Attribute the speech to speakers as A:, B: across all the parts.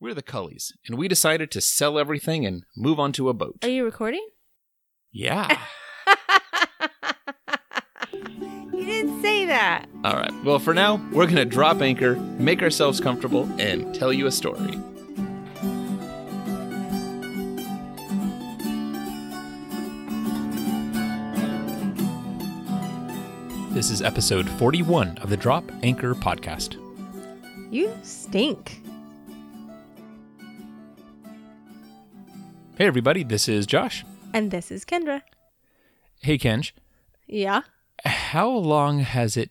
A: We're the Cullies, and we decided to sell everything and move onto a boat.
B: Are you recording?
A: yeah.
B: You didn't say that.
A: All right. Well, for now, we're going to drop anchor, make ourselves comfortable, and tell you a story. This is episode 41 of the Drop Anchor podcast.
B: You stink.
A: Hey, everybody, this is Josh.
B: And this is Kendra.
A: Hey, Kenj.
B: Yeah.
A: How long has it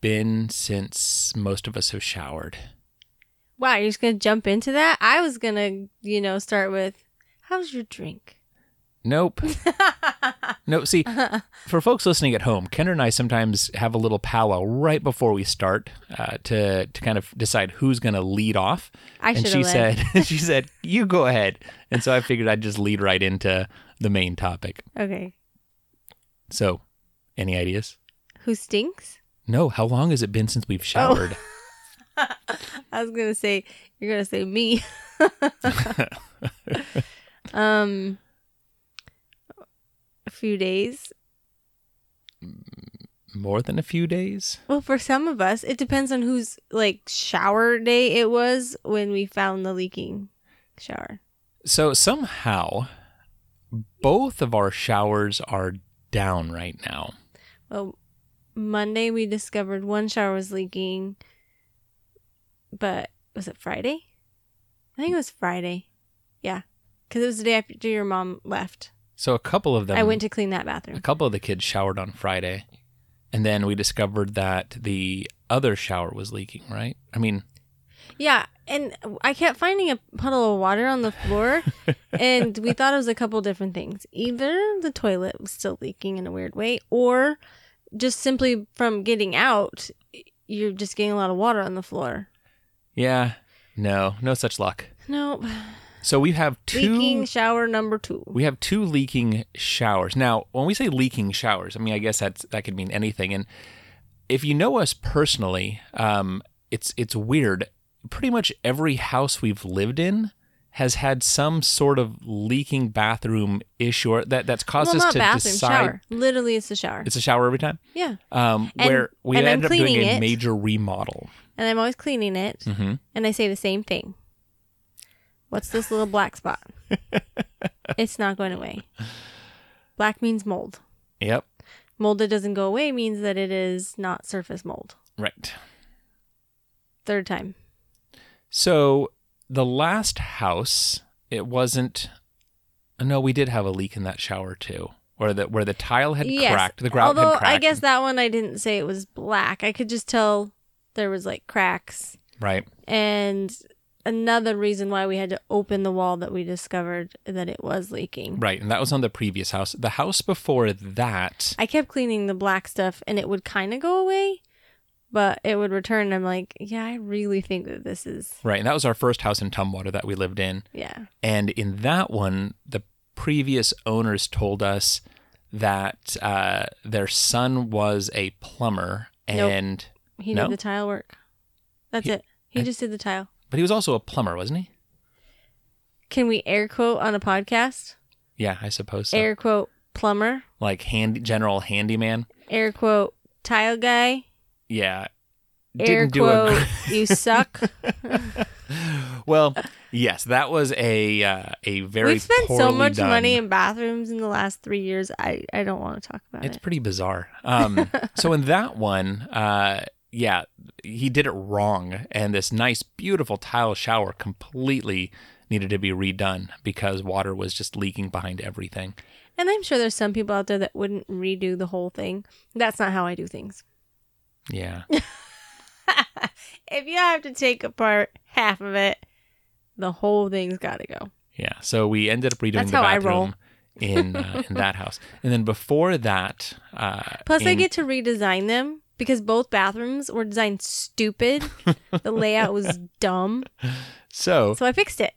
A: been since most of us have showered?
B: Wow, you're just gonna jump into that? I was gonna, you know, start with, "How's your drink?"
A: Nope. No, see, for folks listening at home, Kendra and I sometimes have a little powwow right before we start uh, to to kind of decide who's going to lead off.
B: I
A: and
B: should
A: she
B: have led.
A: said, she said, you go ahead. And so I figured I'd just lead right into the main topic.
B: Okay.
A: So, any ideas?
B: Who stinks?
A: No. How long has it been since
B: Oh.
A: we've showered?
B: I was gonna say you're gonna say me. um, a few days.
A: More than a few days.
B: Well, for some of us, it depends on whose like shower day it was when we found the leaking shower.
A: So somehow, both of our showers are down right now.
B: Well, Monday we discovered one shower was leaking, but was it Friday? I think it was Friday. Yeah, because it was the day after your mom left.
A: So a couple of them.
B: I went to clean that
A: A
B: bathroom.
A: couple of the kids showered on Friday, and then we discovered that the other shower was leaking, right? I mean,
B: Yeah, and I kept finding a puddle of water on the floor, and we thought it was a couple different things. Either the toilet was still leaking in a weird way, or just simply from getting out, you're just getting a lot of water on the floor.
A: yeah, no, no such luck.
B: Nope.
A: So we have two
B: Leaking shower number two.
A: we have two leaking showers. Now, when we say leaking showers, I mean I guess that's that could mean anything. And if you know us personally, um, it's it's weird. Pretty much every house we've lived in has had some sort of leaking bathroom issue or that that's caused
B: well,
A: us
B: not
A: to
B: bathroom,
A: decide
B: shower. Literally, it's the shower.
A: it's a shower every time.
B: yeah,
A: um,
B: And-
A: where we
B: and I'm
A: ended up doing
B: cleaning
A: a
B: it.
A: major remodel.
B: and I'm always cleaning it,
A: Mm-hmm.
B: and I say the same thing. What's this little black spot? it's not going away. Black means mold.
A: Yep.
B: Mold that doesn't go away means that it is not surface mold.
A: Right.
B: Third time.
A: So the last house, it wasn't. No, we did have a leak in that shower too, where the where the tile had
B: yes.
A: cracked, the grout
B: Although
A: had cracked.
B: I guess that one I didn't say it was black. I could just tell there was like cracks
A: right.
B: and another reason why we had to open the wall that we discovered that it was leaking.
A: Right, and that was on the previous house. The house before that,
B: I kept cleaning the black stuff and it would kind of go away, but it would return. And I'm like, yeah, I really think that this is,
A: right, and that was our first house in Tumwater that we lived in.
B: yeah.
A: And in that one, the previous owners told us that uh, their son was a plumber
B: Nope.
A: and
B: He
A: No?
B: did the tile work. That's
A: He-
B: it. He
A: I-
B: just did the tile.
A: But he was also a plumber, wasn't he?
B: Can we air quote on a podcast?
A: Yeah, I suppose so.
B: Air quote plumber,
A: Like hand general handyman.
B: air quote tile guy,
A: Yeah.
B: air quote you suck.
A: well, yes, that was a uh, a very
B: We've spent so
A: poorly
B: much
A: done-
B: money in bathrooms in the last three years. I, I don't want to talk about
A: It's
B: it.
A: pretty bizarre. Um, so in that one, uh, yeah, he did it wrong, and this nice, beautiful tile shower completely needed to be redone because water was just leaking behind everything.
B: And I'm sure there's some people out there that wouldn't redo the whole thing. That's not how I do things.
A: Yeah,
B: if you have to take apart half of it, the whole thing's got to go.
A: Yeah. So we ended up redoing
B: That's
A: the
B: how I roll.
A: bathroom in uh, in that house, and then before that, uh,
B: Plus, I
A: in-
B: get to redesign them because both bathrooms were designed stupid. the layout was dumb.
A: so
B: So I fixed it.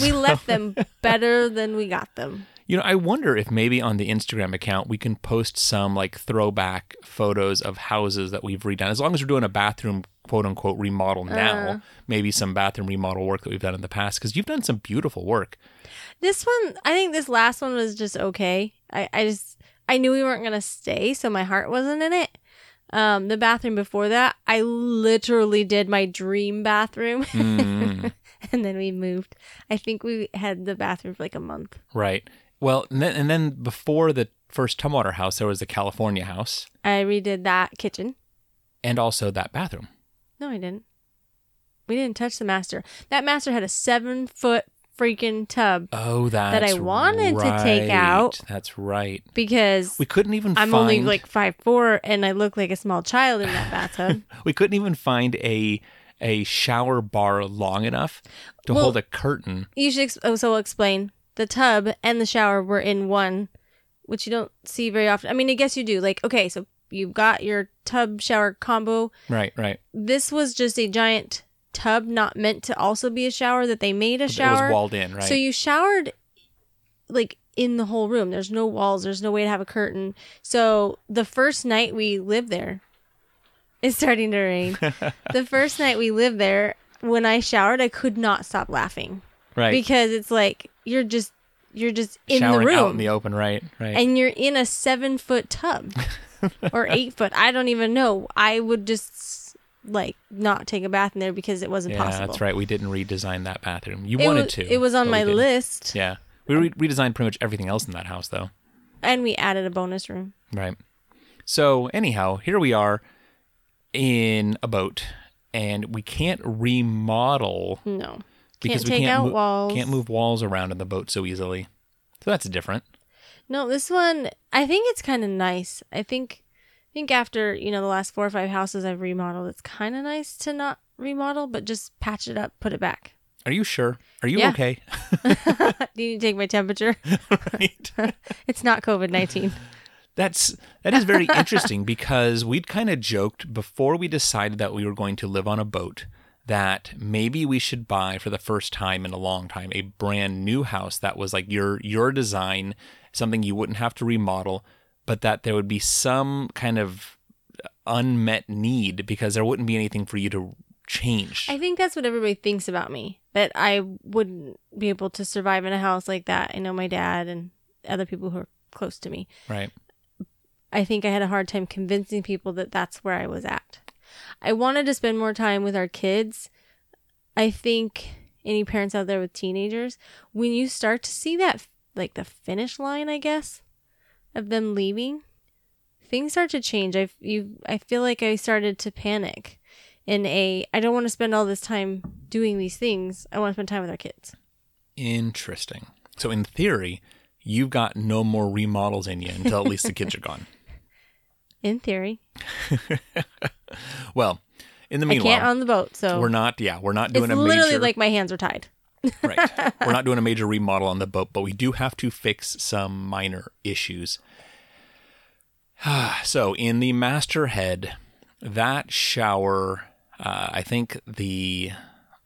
B: We left them better than we got them.
A: you know. I wonder if maybe on the Instagram account we can post some like throwback photos of houses that we've redone, as long as we're doing a bathroom quote unquote remodel now,
B: Uh.
A: maybe some bathroom remodel work that we've done in the past because you've done some beautiful work.
B: This one, I think this last one was just okay. I, I just, I knew we weren't going to stay, so my heart wasn't in it. Um, the bathroom before that, I literally did my dream bathroom
A: Mm,
B: and then we moved. I think we had the bathroom for like a month.
A: right. Well, and then, and then before the first Tumwater house, there was the California house
B: I redid that kitchen.
A: and also that bathroom.
B: No, I didn't. We didn't touch the master. That master had a seven foot freaking tub
A: Oh, that's
B: I wanted to take
A: right.
B: out.
A: That's right.
B: because
A: We couldn't even
B: I'm
A: find
B: only like five four and I look like a small child in that bathtub.
A: we couldn't even find a a shower bar long enough to
B: Well-
A: hold a curtain.
B: you should ex- oh, so we'll explain. The tub and the shower were in one, which you don't see very often. I mean, I guess you do. Like, okay, so you've got your tub shower combo.
A: Right, right.
B: This was just a giant tub, not meant to also be a shower. That they made a
A: It
B: shower.
A: was walled in, right?
B: So you showered like in the whole room. There's no walls, there's no way to have a curtain. So the first night we lived there, it's starting to rain. the first night we lived there, when I showered, I could not stop laughing
A: right.
B: because it's like you're just you're just in
A: Showering
B: the room
A: out in the open, right? Right.
B: and you're in a 7 foot tub or 8 foot. I don't even know. I would just like not take a bath in there because it wasn't
A: yeah,
B: possible.
A: that's right. We didn't redesign that bathroom. You
B: It
A: wanted
B: wa-
A: to.
B: It was on
A: but we
B: my
A: didn't.
B: list
A: Yeah. We re- redesigned pretty much everything else in that house though.
B: and we added a bonus room.
A: Right. So, anyhow, here we are in a boat and we can't remodel
B: No.
A: because
B: Can't
A: we
B: take
A: can't
B: out
A: mo-
B: walls.
A: can't move walls around in the boat so easily. So that's different.
B: No, this one I think it's kind of nice. I think I think after, you know, the last four or five houses I've remodeled, it's kind of nice to not remodel but just patch it up, put it back.
A: Are you sure? Are you
B: Yeah.
A: okay?
B: Do you need to take my temperature?
A: right.
B: It's not COVID-19.
A: That's that is very interesting because we'd kind of joked before we decided that we were going to live on a boat that maybe we should buy for the first time in a long time a brand new house that was like your your design, something you wouldn't have to remodel, but that there would be some kind of unmet need because there wouldn't be anything for you to change.
B: I think that's what everybody thinks about me. That I wouldn't be able to survive in a house like that. I know my dad and other people who are close to me.
A: right.
B: I think I had a hard time convincing people that that's where I was at. I wanted to spend more time with our kids. I think any parents out there with teenagers, when you start to see that, like the finish line, I guess, of them leaving, things start to change. I you I feel like I started to panic, in a I don't want to spend all this time doing these things. I want to spend time with our kids.
A: Interesting. So in theory, you've got no more remodels in you until at least the kids are gone.
B: In theory,
A: Well, in the
B: I
A: meanwhile,
B: can't on the boat, so
A: We're not, yeah, we're not
B: it's
A: doing a
B: literally
A: major.
B: like my hands are tied.
A: right. We're not doing a major remodel on the boat, but we do have to fix some minor issues. so in the master head, that shower, uh, I think the,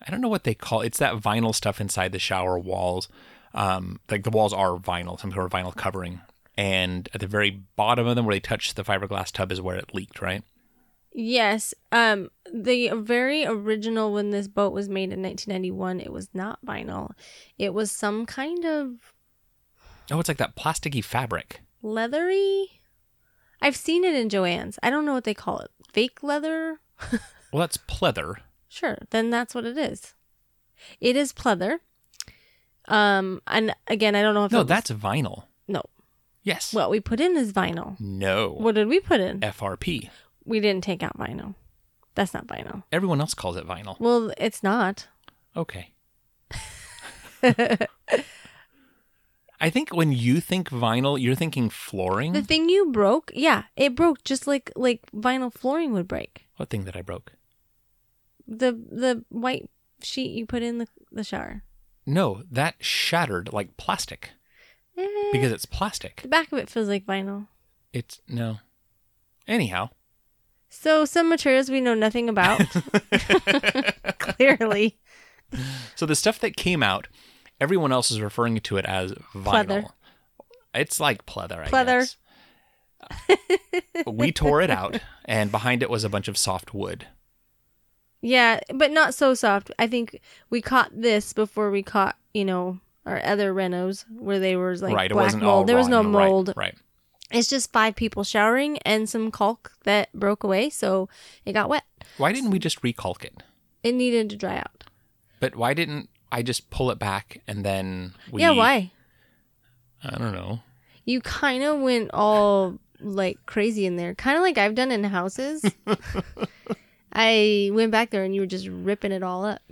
A: I don't know what they call it's that vinyl stuff inside the shower walls. Um, like the walls are vinyl, some sort of vinyl covering, and at the very bottom of them, where they touch the fiberglass tub, is where it leaked. Right.
B: Yes. Um the very original when this boat was made in 1991, it was not vinyl. It was some kind of
A: Oh, it's like that plasticky fabric.
B: leathery I've seen it in Joann's. I don't know what they call it. Fake leather?
A: Well, that's pleather.
B: Sure. Then that's what it is. It is pleather. Um and again, I don't know if it
A: No,
B: was-
A: that's vinyl.
B: No.
A: Yes.
B: What we put in is vinyl.
A: no.
B: What did we put in?
A: FRP.
B: We didn't take out vinyl. That's not vinyl.
A: Everyone else calls it vinyl.
B: Well, it's not.
A: Okay. I think when you think vinyl, you're thinking flooring.
B: The thing you broke, yeah, it broke just like like vinyl flooring would break.
A: what thing that I broke?
B: The the white sheet you put in the, the shower.
A: No, that shattered like plastic
B: Eh,
A: because it's plastic.
B: the back of it feels like vinyl.
A: It's no. Anyhow,
B: So some materials we know nothing about. Clearly.
A: so the stuff that came out, everyone else is referring to it as vinyl.
B: Pleather.
A: It's like pleather, I
B: Pleather.
A: guess. we tore it out, and behind it was a bunch of soft wood.
B: Yeah, but not so soft. I think we caught this before we caught, you know, our other renos where they were like
A: right. It
B: black
A: wasn't
B: mold.
A: all
B: there was
A: raw,
B: no mold.
A: Right. right.
B: It's just five people showering and some caulk that broke away, so it got wet.
A: Why didn't we just reculk it?
B: It needed to dry out.
A: But why didn't I just pull it back and then we
B: yeah, why?
A: I don't know.
B: You kind of went all like crazy in there, kind of like I've done in houses. I went back there and you were just ripping it all up.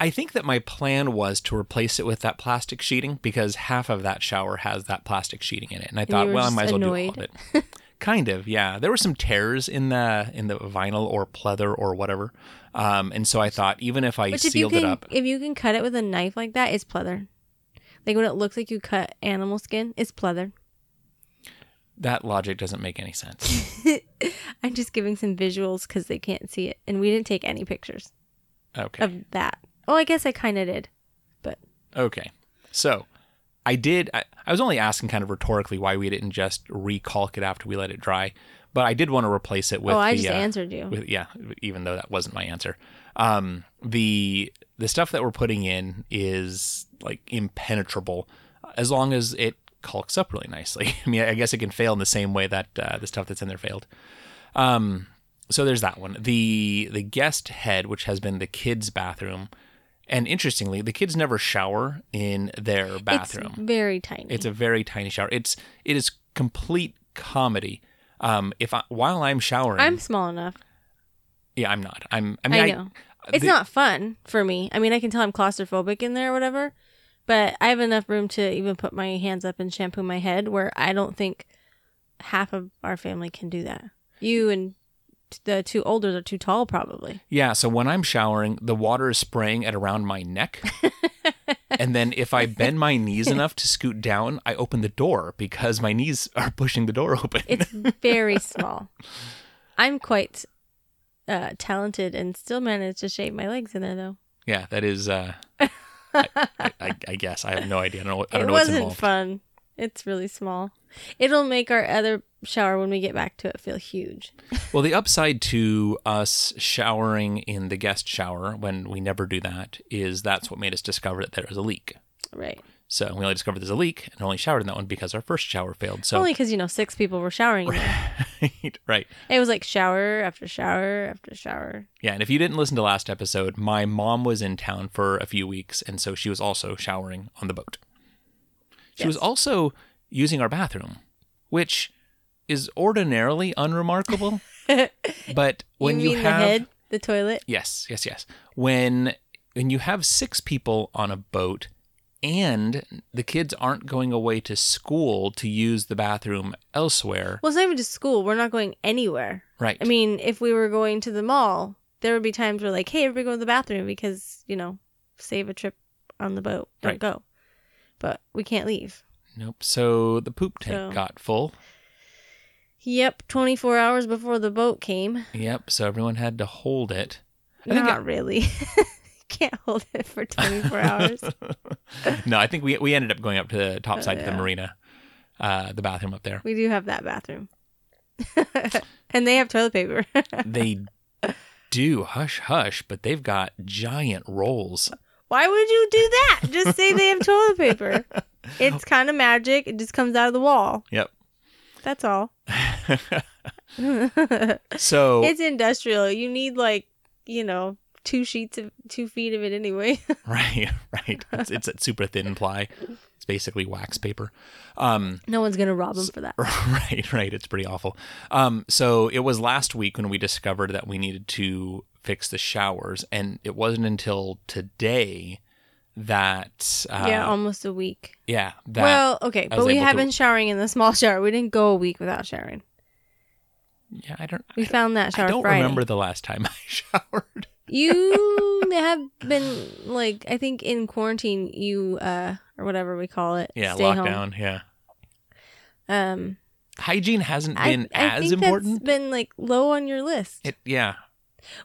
A: I think that my plan was to replace it with that plastic sheeting because half of that shower has that plastic sheeting in it, and I thought,
B: were
A: well, I
B: just
A: might as well do all
B: annoyed.
A: of it. kind of, yeah. There were some tears in the in the vinyl or pleather or whatever, um, and so I thought even if I
B: Which if you
A: sealed
B: can,
A: it up,
B: if you can cut it with a knife like that, it's pleather. Like when it looks like you cut animal skin, it's pleather.
A: that logic doesn't make any sense.
B: I'm just giving some visuals because they can't see it, and we didn't take any pictures
A: Okay,
B: of that. Oh, I guess I kind of did, but
A: okay. So I did. I, I was only asking kind of rhetorically why we didn't just recaulk it after we let it dry, but I did want to replace it with.
B: oh, I
A: the,
B: just
A: uh,
B: answered you.
A: with yeah even though that wasn't my answer um the the stuff that we're putting in is like impenetrable as long as it caulks up really nicely i mean i guess it can fail in the same way that uh, the stuff that's in there failed um so there's that one the the guest head which has been the kids bathroom and interestingly the kids never shower in their bathroom
B: It's very tiny.
A: it's a very tiny shower it's it is complete comedy um if I, while i'm showering
B: I'm small enough.
A: yeah, I'm not. I'm. I
B: I,
A: mean, I
B: know. it's
A: the-
B: not fun for me. I mean, I can tell I'm claustrophobic in there or whatever, but I have enough room to even put my hands up and shampoo my head where I don't think half of our family can do that. You and t- the two olders are too tall, probably.
A: Yeah. So when I'm showering, the water is spraying at around my neck, and then if I bend my knees enough to scoot down, I open the door because my knees are pushing the door open.
B: It's very small. I'm quite uh, talented and still manage to shave my legs in there, though.
A: yeah, that is. Uh, I, I, I guess I have no idea. I don't know. I don't
B: it
A: know what's
B: wasn't
A: involved.
B: fun. It's really small. It'll make our other shower when we get back to it feel huge.
A: Well, the upside to us showering in the guest shower when we never do that is that's what made us discover that there was a leak.
B: Right.
A: So we only discovered there's a leak and only showered in that one because our first shower failed. So
B: Only because you know six people were showering. in there.
A: right.
B: It was like shower after shower after shower.
A: Yeah, and if you didn't listen to last episode, my mom was in town for a few weeks, and so she was also showering on the boat. She was
B: Yes.
A: also using our bathroom, which is ordinarily unremarkable. but when
B: you
A: you,
B: mean
A: have
B: the head, the toilet,
A: yes, yes, yes, when when you have six people on a boat, and the kids aren't going away to school to use the bathroom elsewhere,
B: well, it's not even just school. We're not going anywhere.
A: right?
B: I mean, if we were going to the mall, there would be times where like, hey, everybody go to the bathroom because you know, save a trip on the boat. Don't
A: Right.
B: go. But we can't leave.
A: nope. So the poop tank
B: So-
A: got full.
B: Yep, 24 hours before the boat came.
A: Yep. So everyone had to hold it. I think
B: Not really. can't hold it for 24 hours. Oh,
A: no, I think we we ended up going up to the top side to the
B: yeah.
A: marina, uh, the bathroom up there.
B: We do have that bathroom. and they have toilet paper.
A: They do hush hush, but they've got giant rolls.
B: Why would you do that? Just say they have toilet paper. It's kind of magic. It just comes out of the wall.
A: Yep.
B: That's all. it's
A: So
B: industrial. You need like, you know, two sheets of two feet of it anyway.
A: right, right. It's, it's a super thin ply. It's basically wax paper. Um,
B: no one's gonna rob them for that.
A: right, right. It's pretty awful. Um, so it was last week when we discovered that we needed to fix the showers, and it wasn't until today that uh,
B: yeah, almost a week.
A: yeah, that
B: well, okay,
A: I
B: but
A: was
B: we
A: able
B: have
A: to-
B: been showering in the small shower. We didn't go a week without showering.
A: yeah. I don't.
B: We found that shower
A: I don't
B: Friday.
A: remember the last time I showered.
B: you have been like I think in quarantine you uh or whatever we call it.
A: Yeah,
B: stay
A: lockdown.
B: Home.
A: Yeah,
B: Um
A: hygiene hasn't
B: I-
A: been
B: I,
A: as
B: think
A: important.
B: That's been like low on your list.
A: It, yeah,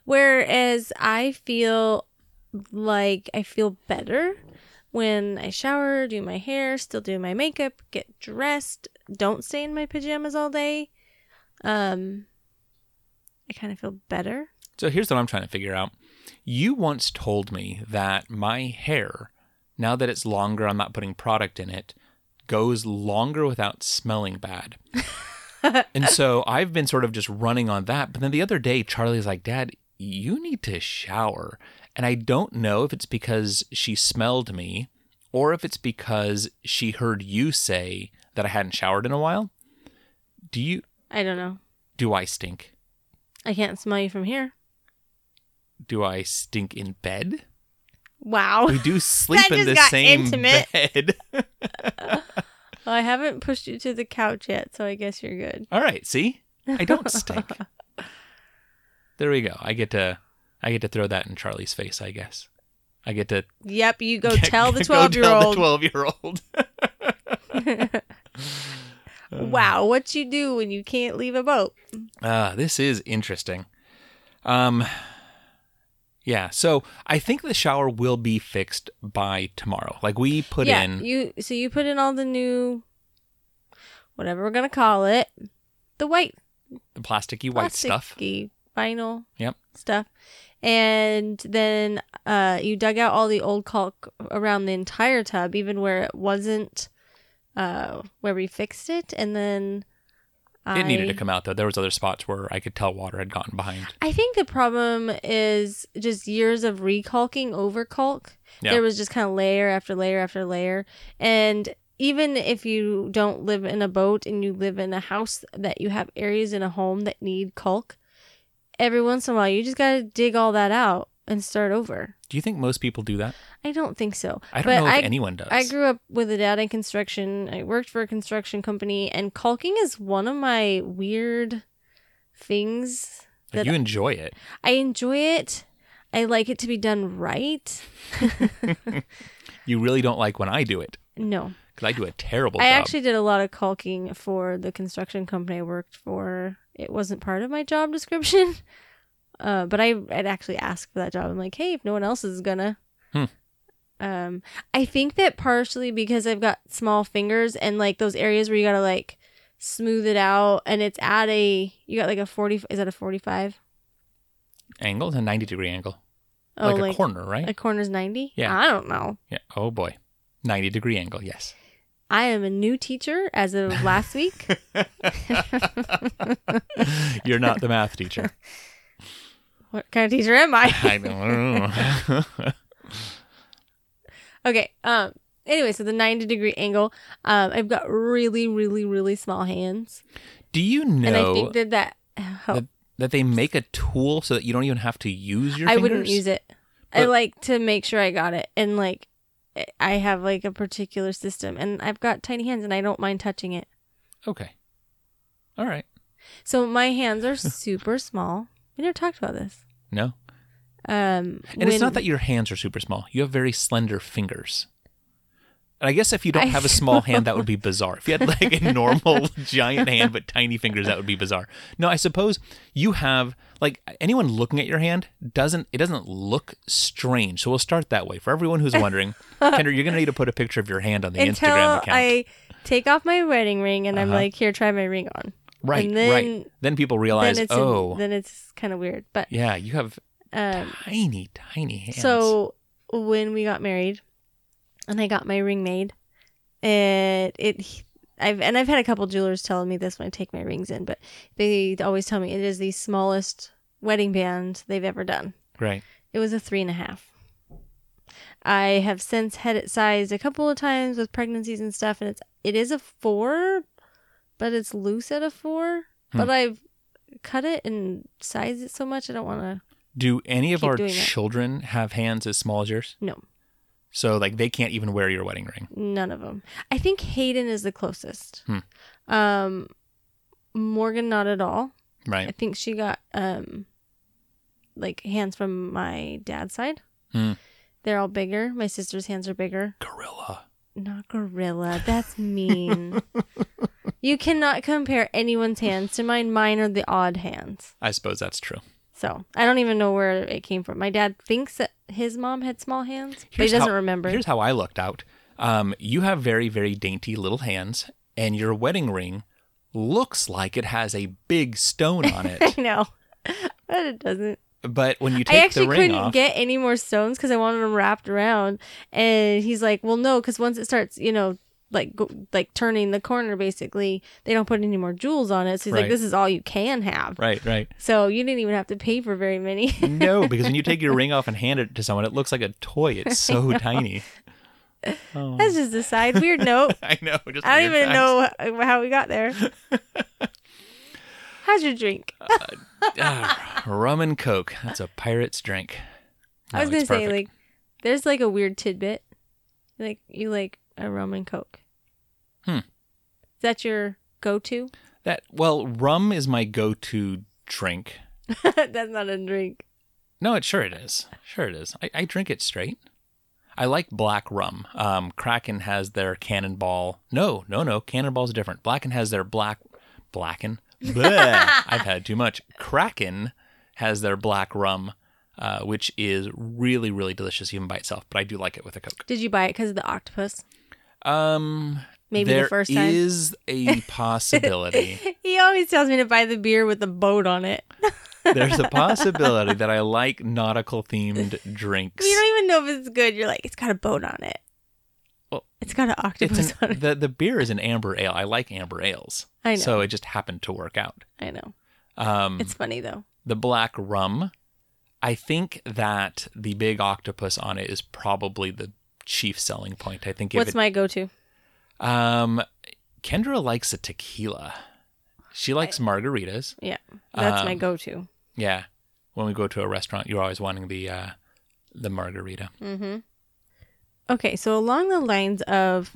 B: Whereas I feel like I feel better when I shower, do my hair, still do my makeup, get dressed, don't stay in my pajamas all day. Um I kind of feel better.
A: So here's what I'm trying to figure out. You once told me that my hair, now that it's longer, I'm not putting product in it, goes longer without smelling bad. and so I've been sort of just running on that. But then the other day, Charlie's like, Dad, you need to shower. And I don't know if it's because she smelled me or if it's because she heard you say that I hadn't showered in a while. Do you,
B: I don't know.
A: do I stink?
B: I can't smell you from here.
A: Do I stink in bed?
B: Wow.
A: We do sleep in
B: just
A: the
B: got
A: same
B: intimate.
A: bed.
B: Well, I haven't pushed you to the couch yet, so I guess you're good.
A: All right, see? I don't stink. there we go. I get to I get to throw that in Charlie's face, I guess. I get to
B: Yep, you go tell the
A: go
B: 12 year
A: tell the
B: old.
A: 12-year-old.
B: Wow, what you do when you can't leave a boat?
A: Ah, this is interesting. Um yeah, so I think the shower will be fixed by tomorrow. Like we put
B: yeah,
A: in
B: you. So you put in all the new, whatever we're gonna call it, the white
A: the plasticky white stuff.
B: plasticky vinyl.
A: Yep.
B: Stuff, and then uh, you dug out all the old caulk around the entire tub, even where it wasn't, uh, where we fixed it, and then I,
A: It needed to come out though. There was other spots where I could tell water had gotten behind.
B: I think the problem is just years of recalking over caulk.
A: Yeah.
B: There was just kind of layer after layer after layer. And even if you don't live in a boat and you live in a house that you have areas in a home that need caulk, every once in a while you just got to dig all that out and start over.
A: Do you think most people do that?
B: I don't think so.
A: I don't
B: But
A: know if
B: I-
A: anyone does.
B: I grew up with a dad in construction. I worked for a construction company, and caulking is one of my weird things
A: Like,
B: that
A: you enjoy it.
B: I enjoy it. I like it to be done right.
A: You really don't like when I do it
B: No,
A: because I do a terrible
B: I
A: job.
B: actually did a lot of caulking for the construction company I worked for. It wasn't part of my job description, uh, but I I'd actually asked for that job. I'm like, hey, if no one else is gonna.
A: Hmm.
B: Um, I think that partially because I've got small fingers and like those areas where you gotta like smooth it out, and it's at a you got like a forty. Is that a forty-five?
A: angle is a 90 degree angle.
B: Oh,
A: like, a corner, right?
B: a corner's ninety.
A: Yeah.
B: I don't know.
A: yeah. Oh, boy. 90 degree angle, yes.
B: I am a new teacher as of last week.
A: You're not the math teacher.
B: what kind of teacher am I?
A: I don't know.
B: Okay. Um. Anyway, so the ninety degree angle. Um. I've got really, really, really small hands,
A: do you
B: and
A: know
B: I think that that helps.
A: that, that they make a tool so that you don't even have to use your
B: I
A: fingers?
B: wouldn't use it. I
A: But-
B: like to make sure I got it, and like I have like a particular system, and I've got tiny hands, and I don't mind touching it.
A: Okay. All right.
B: So my hands are super small. We never talked about this.
A: No.
B: Um.
A: And it's not that your hands are super small. You have very slender fingers. And I guess if you don't
B: I
A: have a small hand, that would be bizarre. If you had like a normal giant hand but tiny fingers, that would be bizarre. No, I suppose you have like anyone looking at your hand doesn't it doesn't look strange. So we'll start that way. For everyone who's wondering, Kendra, you're gonna need to put a picture of your hand on the
B: until
A: Instagram account.
B: I take off my wedding ring, and I'm like, here, try my ring on.
A: right,
B: and then-
A: right. Then people realize,
B: then it's
A: oh,
B: then it's kind of weird. But
A: yeah, you have
B: um,
A: tiny, tiny hands.
B: so when we got married, and I got my ring made, and it. I've, and I've had a couple jewelers telling me this when I take my rings in, but they always tell me it is the smallest wedding band they've ever done.
A: right.
B: It was a three and a half. I have since had it sized a couple of times with pregnancies and stuff, and it's it is a four, but it's loose at a four.
A: Hmm.
B: But I've cut it and sized it so much I don't want to.
A: Do any of
B: Keep
A: our
B: doing that.
A: children have hands as small as yours?
B: No,
A: So like they can't even wear your wedding ring.
B: none of them. I think Hayden is the closest.
A: Hmm.
B: Um, Morgan not at all. I
A: Right.
B: think she got um like hands from my dad's side.
A: Hmm.
B: They're all bigger. My sister's hands are bigger.
A: Gorilla.
B: Not gorilla. That's mean. you cannot compare anyone's hands to mine. Mine are the odd hands.
A: I suppose that's true.
B: So I don't even know where it came from. My dad thinks that his mom had small hands, but he
A: Here's how-
B: doesn't remember.
A: Here's how I looked out. Um, you have very, very dainty little hands, and your wedding ring looks like it has a big stone on it.
B: I know, but it doesn't.
A: But when you
B: I
A: take
B: actually
A: the ring
B: couldn't
A: off,
B: get any more stones because I wanted them wrapped around. And he's like, "Well, no, because once it starts, you know, like go, like turning the corner, basically, they don't put any more jewels on it. So he's
A: Right.
B: like, this is all you can have.
A: right, right.
B: So you didn't even have to pay for very many.
A: No, because when you take your ring off and hand it to someone, it looks like a toy. It's so tiny. Oh.
B: That's just a side weird note.
A: I know. Just
B: I don't
A: weird
B: even know wh- how we got there. How's your drink?
A: Uh, facts. Ah, rum and coke. That's a pirate's drink.
B: I was
A: No,
B: gonna
A: it's
B: say
A: perfect.
B: like, there's like a weird tidbit, like you like a rum and coke.
A: Hmm.
B: Is that your go-to?
A: that. Well, rum is my go-to drink.
B: That's not a drink.
A: No, it sure it is. Sure it is. I, I drink it straight. I like black rum. Um, Kraken has their Cannonball. No, no, no. Cannonball's different. Blacken has their black. Blacken. Bleh. I've had too much. Kraken has their black rum, uh, which is really, really delicious even by itself. But I do like it with a Coke.
B: Did you buy it because of the octopus?
A: Um,
B: Maybe the
A: there
B: first time.
A: is a possibility.
B: he always tells me to buy the beer with the boat on it.
A: There's a possibility that I like nautical themed drinks.
B: You don't even know if it's good. You're like, it's got a boat on it.
A: Well,
B: it's got an octopus
A: it's
B: on
A: an,
B: it.
A: the the beer is an amber ale. I like amber ales,
B: I know.
A: so it just happened to work out.
B: I know.
A: Um,
B: It's funny though.
A: the black rum. I think that the big octopus on it is probably the chief selling point. I think if
B: What's
A: it,
B: my go-to?
A: um, Kendra likes a tequila. She likes margaritas.
B: Yeah, that's my
A: Um,
B: go-to.
A: Yeah, when we go to a restaurant, you're always wanting the uh, the margarita.
B: Mm-hmm. Okay, so along the lines of,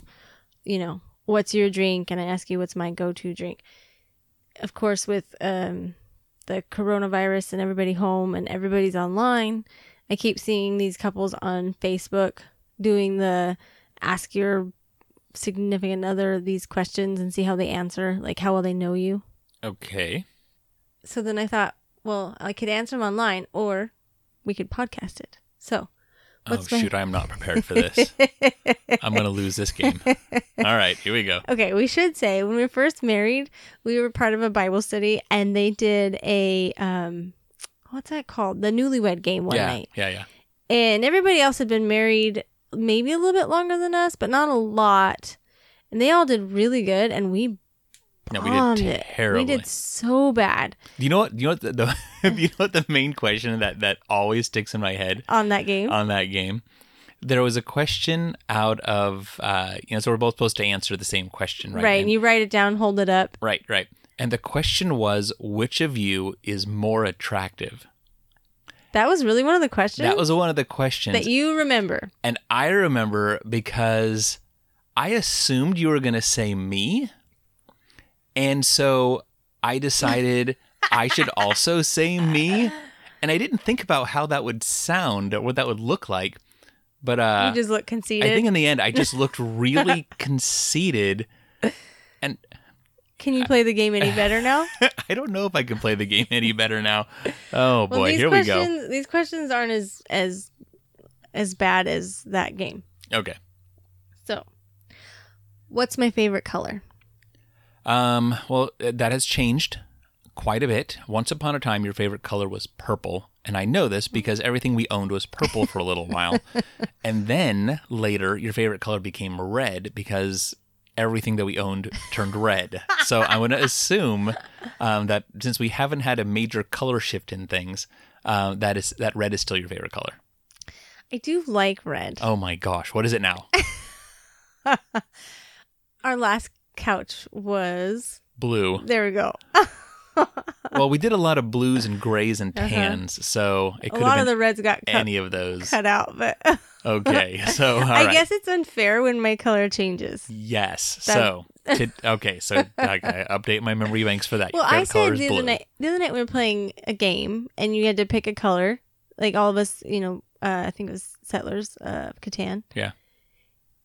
B: you know, what's your drink, and I ask you what's my go-to drink. Of course, with um, the coronavirus and everybody home and everybody's online, I keep seeing these couples on Facebook doing the ask your significant other these questions and see how they answer, like how well they know you.
A: Okay.
B: So then I thought, well, I could answer them online or we could podcast it. So, What's
A: oh
B: my-
A: shoot, I'm not prepared for this. I'm gonna lose this game. All right, here we go.
B: okay, we should say when we were first married, we were part of a Bible study and they did a, um, what's that called? The newlywed game one
A: yeah,
B: night.
A: yeah, yeah.
B: And everybody else had been married maybe a little bit longer than us, but not a lot. And they all did really good and we
A: No,
B: bombed
A: we did
B: it.
A: terribly.
B: Um, We did so bad
A: Do you know what? Do you know what the, the do you know what the main question that that always sticks in my head
B: on that game.
A: on that game? There was a question out of uh, you know, so we're both supposed to answer the same question, right?
B: right.
A: And-
B: And you write it down, hold it up.
A: right, right. And the question was, which of you is more attractive?
B: That was really one of the questions.
A: That was one of the questions,
B: that you remember.
A: and I remember because I assumed you were going to say me, and so I decided I should also say me. and I didn't think about how that would sound or what that would look like. But uh,
B: you just look
A: I
B: conceited.
A: think in the end, I just looked really conceited. And
B: Can you play the game any better now?
A: I don't know if I can play the game any better now. Oh boy,
B: these
A: here we go.
B: questions, These questions aren't as as as bad as that game.
A: Okay.
B: So, what's my favorite color?
A: Um, well, that has changed quite a bit. Once upon a time, your favorite color was purple. And I know this because everything we owned was purple for a little while. and then later, your favorite color became red because everything that we owned turned red. so I'm going to assume um, that since we haven't had a major color shift in things, uh, that is that red is still your favorite color.
B: I do like red.
A: Oh my gosh, what is it now?
B: Our last couch was
A: Blue.
B: there. We go.
A: Well, we did a lot of blues and grays and
B: Uh-huh.
A: tans, so it
B: A
A: could
B: lot
A: have
B: of
A: been
B: the reds got cut,
A: any of those.
B: cut out, but
A: Okay, so all
B: I
A: right.
B: guess it's unfair when my color changes.
A: yes.
B: That-
A: So to, okay, so okay, update my memory banks for that.
B: Well,
A: Your color
B: I said
A: is
B: the
A: blue.
B: other night. The other night we were playing a game, and you had to pick a color. Like all of us, you know, uh, I think it was Settlers uh, of Catan.
A: Yeah.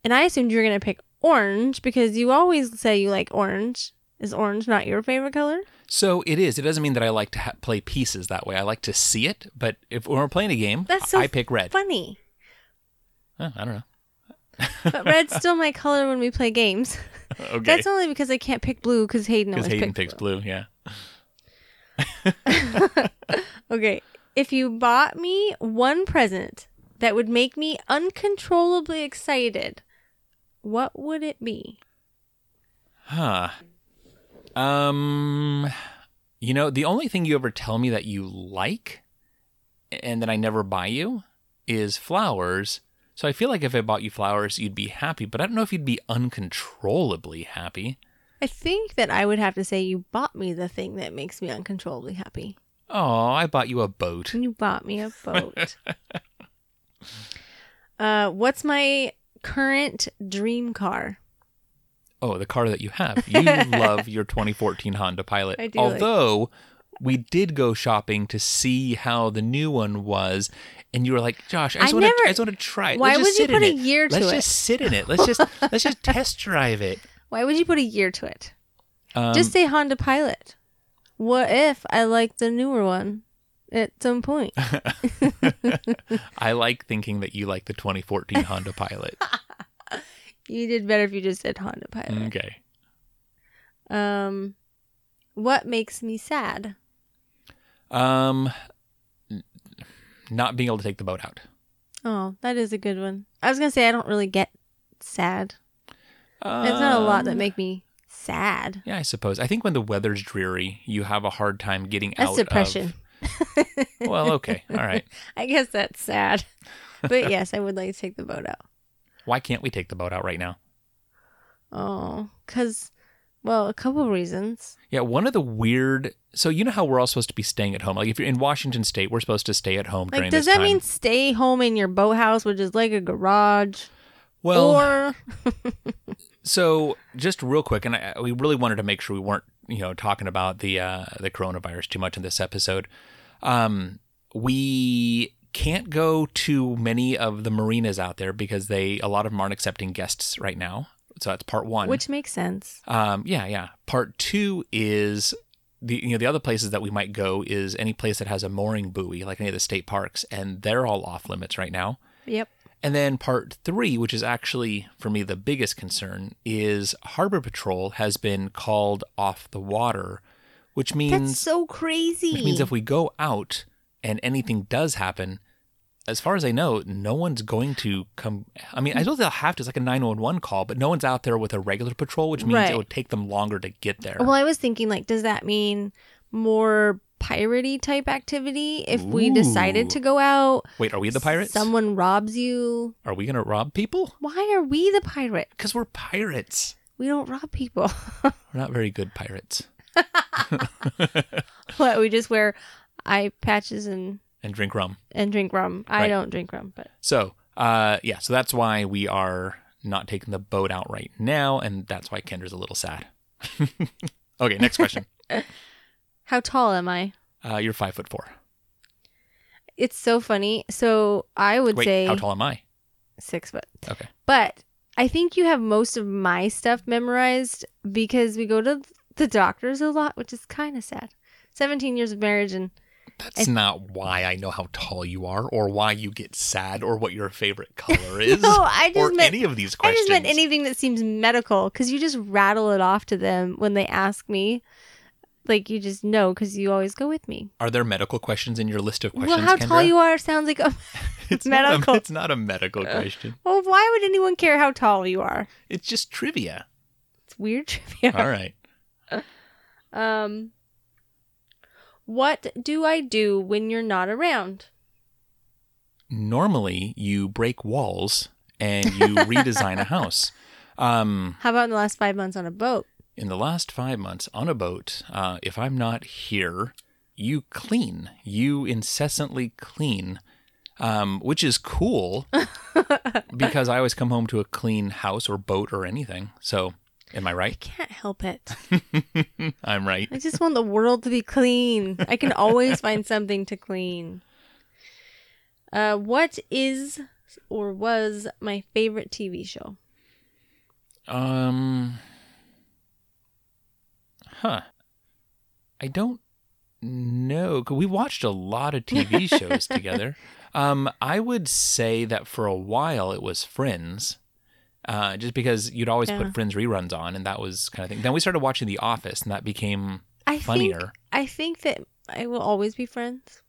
B: And I assumed you were gonna pick orange because you always say you like orange. Is orange not your favorite color?
A: So it is. It doesn't mean that I like to ha- play pieces that way. I like to see it, but if when we're playing a game,
B: That's so
A: I pick red.
B: Funny,
A: Oh, I don't know.
B: but red's still my color when we play games.
A: Okay,
B: That's only because I can't pick blue because Hayden
A: because
B: always
A: Hayden
B: picks
A: picks blue. Yeah.
B: Okay, if you bought me one present that would make me uncontrollably excited, what would it be?
A: Huh. Um, you know, the only thing you ever tell me that you like and that I never buy you is flowers. So I feel like if I bought you flowers, you'd be happy, but I don't know if you'd be uncontrollably happy.
B: I think that I would have to say you bought me the thing that makes me uncontrollably happy.
A: Oh, I bought you a boat.
B: You bought me a boat. uh, what's my current dream car?
A: Oh, the car that you have. You love your 2014 Honda Pilot.
B: I do like-
A: Although we did go shopping to see how the new one was, and you were like, "Josh, I
B: I
A: just want to,
B: never-
A: I just want to try it.
B: Why
A: Let's just
B: would you
A: sit in
B: put a
A: it.
B: year to
A: Let's
B: it?
A: just sit in it. Let's just let's just test drive it.
B: Why would you put a year to it?
A: Um,
B: Just say Honda Pilot. What if I like the newer one at some point?
A: I like thinking that you like the 2014 Honda Pilot.
B: you did better if you just said Honda Pilot.
A: okay. Mm.
B: Um, what makes me sad?
A: Um, n- not being able to take the boat out.
B: Oh, that is a good one. I was gonna say I don't really get sad. It's not a lot that
A: Um,
B: make me sad.
A: Yeah, I suppose. I think when the weather's dreary, you have a hard time getting
B: That's
A: out.
B: depression.
A: Of, well, okay, all right.
B: I guess that's sad. But yes, I would like to take the boat out.
A: Why can't we take the boat out right now?
B: Oh, cause well, a couple reasons.
A: Yeah, one of the weird. So you know how we're all supposed to be staying at home. Like if you're in Washington State, we're supposed to stay at home
B: Like,
A: during
B: does
A: this
B: that
A: time.
B: mean stay home in your boathouse, which is like a garage,
A: well,
B: or
A: so just real quick, and I, we really wanted to make sure we weren't, you know, talking about the uh, the coronavirus too much in this episode. Um, we can't go to many of the marinas out there because they a lot of them aren't accepting guests right now. So that's part one.
B: which makes sense?
A: Um, yeah, yeah. Part two is the you know the other places that we might go is any place that has a mooring buoy, like any of the state parks, and they're all off limits right now.
B: Yep.
A: And then part three, which is actually for me the biggest concern, is Harbor Patrol has been called off the water, which
B: That's
A: means
B: so crazy.
A: which means if we go out and anything does happen, as far as I know, no one's going to come. I mean, I suppose they'll have to. It's like a 911 call, but no one's out there with a regular patrol, which means
B: Right.
A: it would take them longer to get there.
B: Well, I was thinking, like, does that mean more piratey type activity if we decided
A: Ooh.
B: to go out?
A: Wait, are we the pirates?
B: Someone robs you.
A: Are we going to rob people?
B: Why are we the pirate?
A: Because we're pirates.
B: We don't rob people.
A: We're not very good pirates
B: what we just wear eye patches and
A: and drink rum.
B: and drink rum.
A: Right.
B: I don't drink rum, but
A: So, uh, yeah, so that's why we are not taking the boat out right now. And that's why Kendra's a little sad. okay, next question.
B: how tall am I?
A: Uh, you're five foot four.
B: It's so funny. So I would
A: Wait,
B: say
A: how tall am I?
B: six foot.
A: Okay.
B: But I think you have most of my stuff memorized because we go to the doctors a lot, which is kind of sad. 17 years of marriage and
A: That's not why I know how tall you are, or why you get sad, or what your favorite color is,
B: No, Oh, I just
A: or
B: meant-
A: any of these
B: I
A: questions.
B: just meant anything that seems medical because you just rattle it off to them when they ask me. Like you just know because you always go with me.
A: Are there medical questions in your list of questions?
B: well, how tall
A: Kendra?
B: you are sounds like oh, a
A: It's Not
B: medical. Uh.
A: a, it's not a medical question.
B: well, why would anyone care how tall you are?
A: It's just trivia.
B: It's weird trivia.
A: All right.
B: Um, what do I do when you're not around?
A: Normally, you break walls and you redesign a house. Um,
B: How about in the last five months on a boat?
A: in the last five months on a boat, uh, if I'm not here, you clean. You incessantly clean, um, which is cool because I always come home to a clean house or boat or anything. So, am I right?
B: Can't help it.
A: I'm right.
B: I just want the world to be clean. I can always find something to clean. Uh, what is or was my favorite TV show?
A: Um, huh. I don't know. 'Cause We watched a lot of TV shows together. Um, I would say that for a while it was Friends, uh, just because you'd always
B: Yeah.
A: put Friends reruns on, and that was kind of thing. Then we started watching The Office, and that became
B: I
A: funnier.
B: think I think that I will always be friends.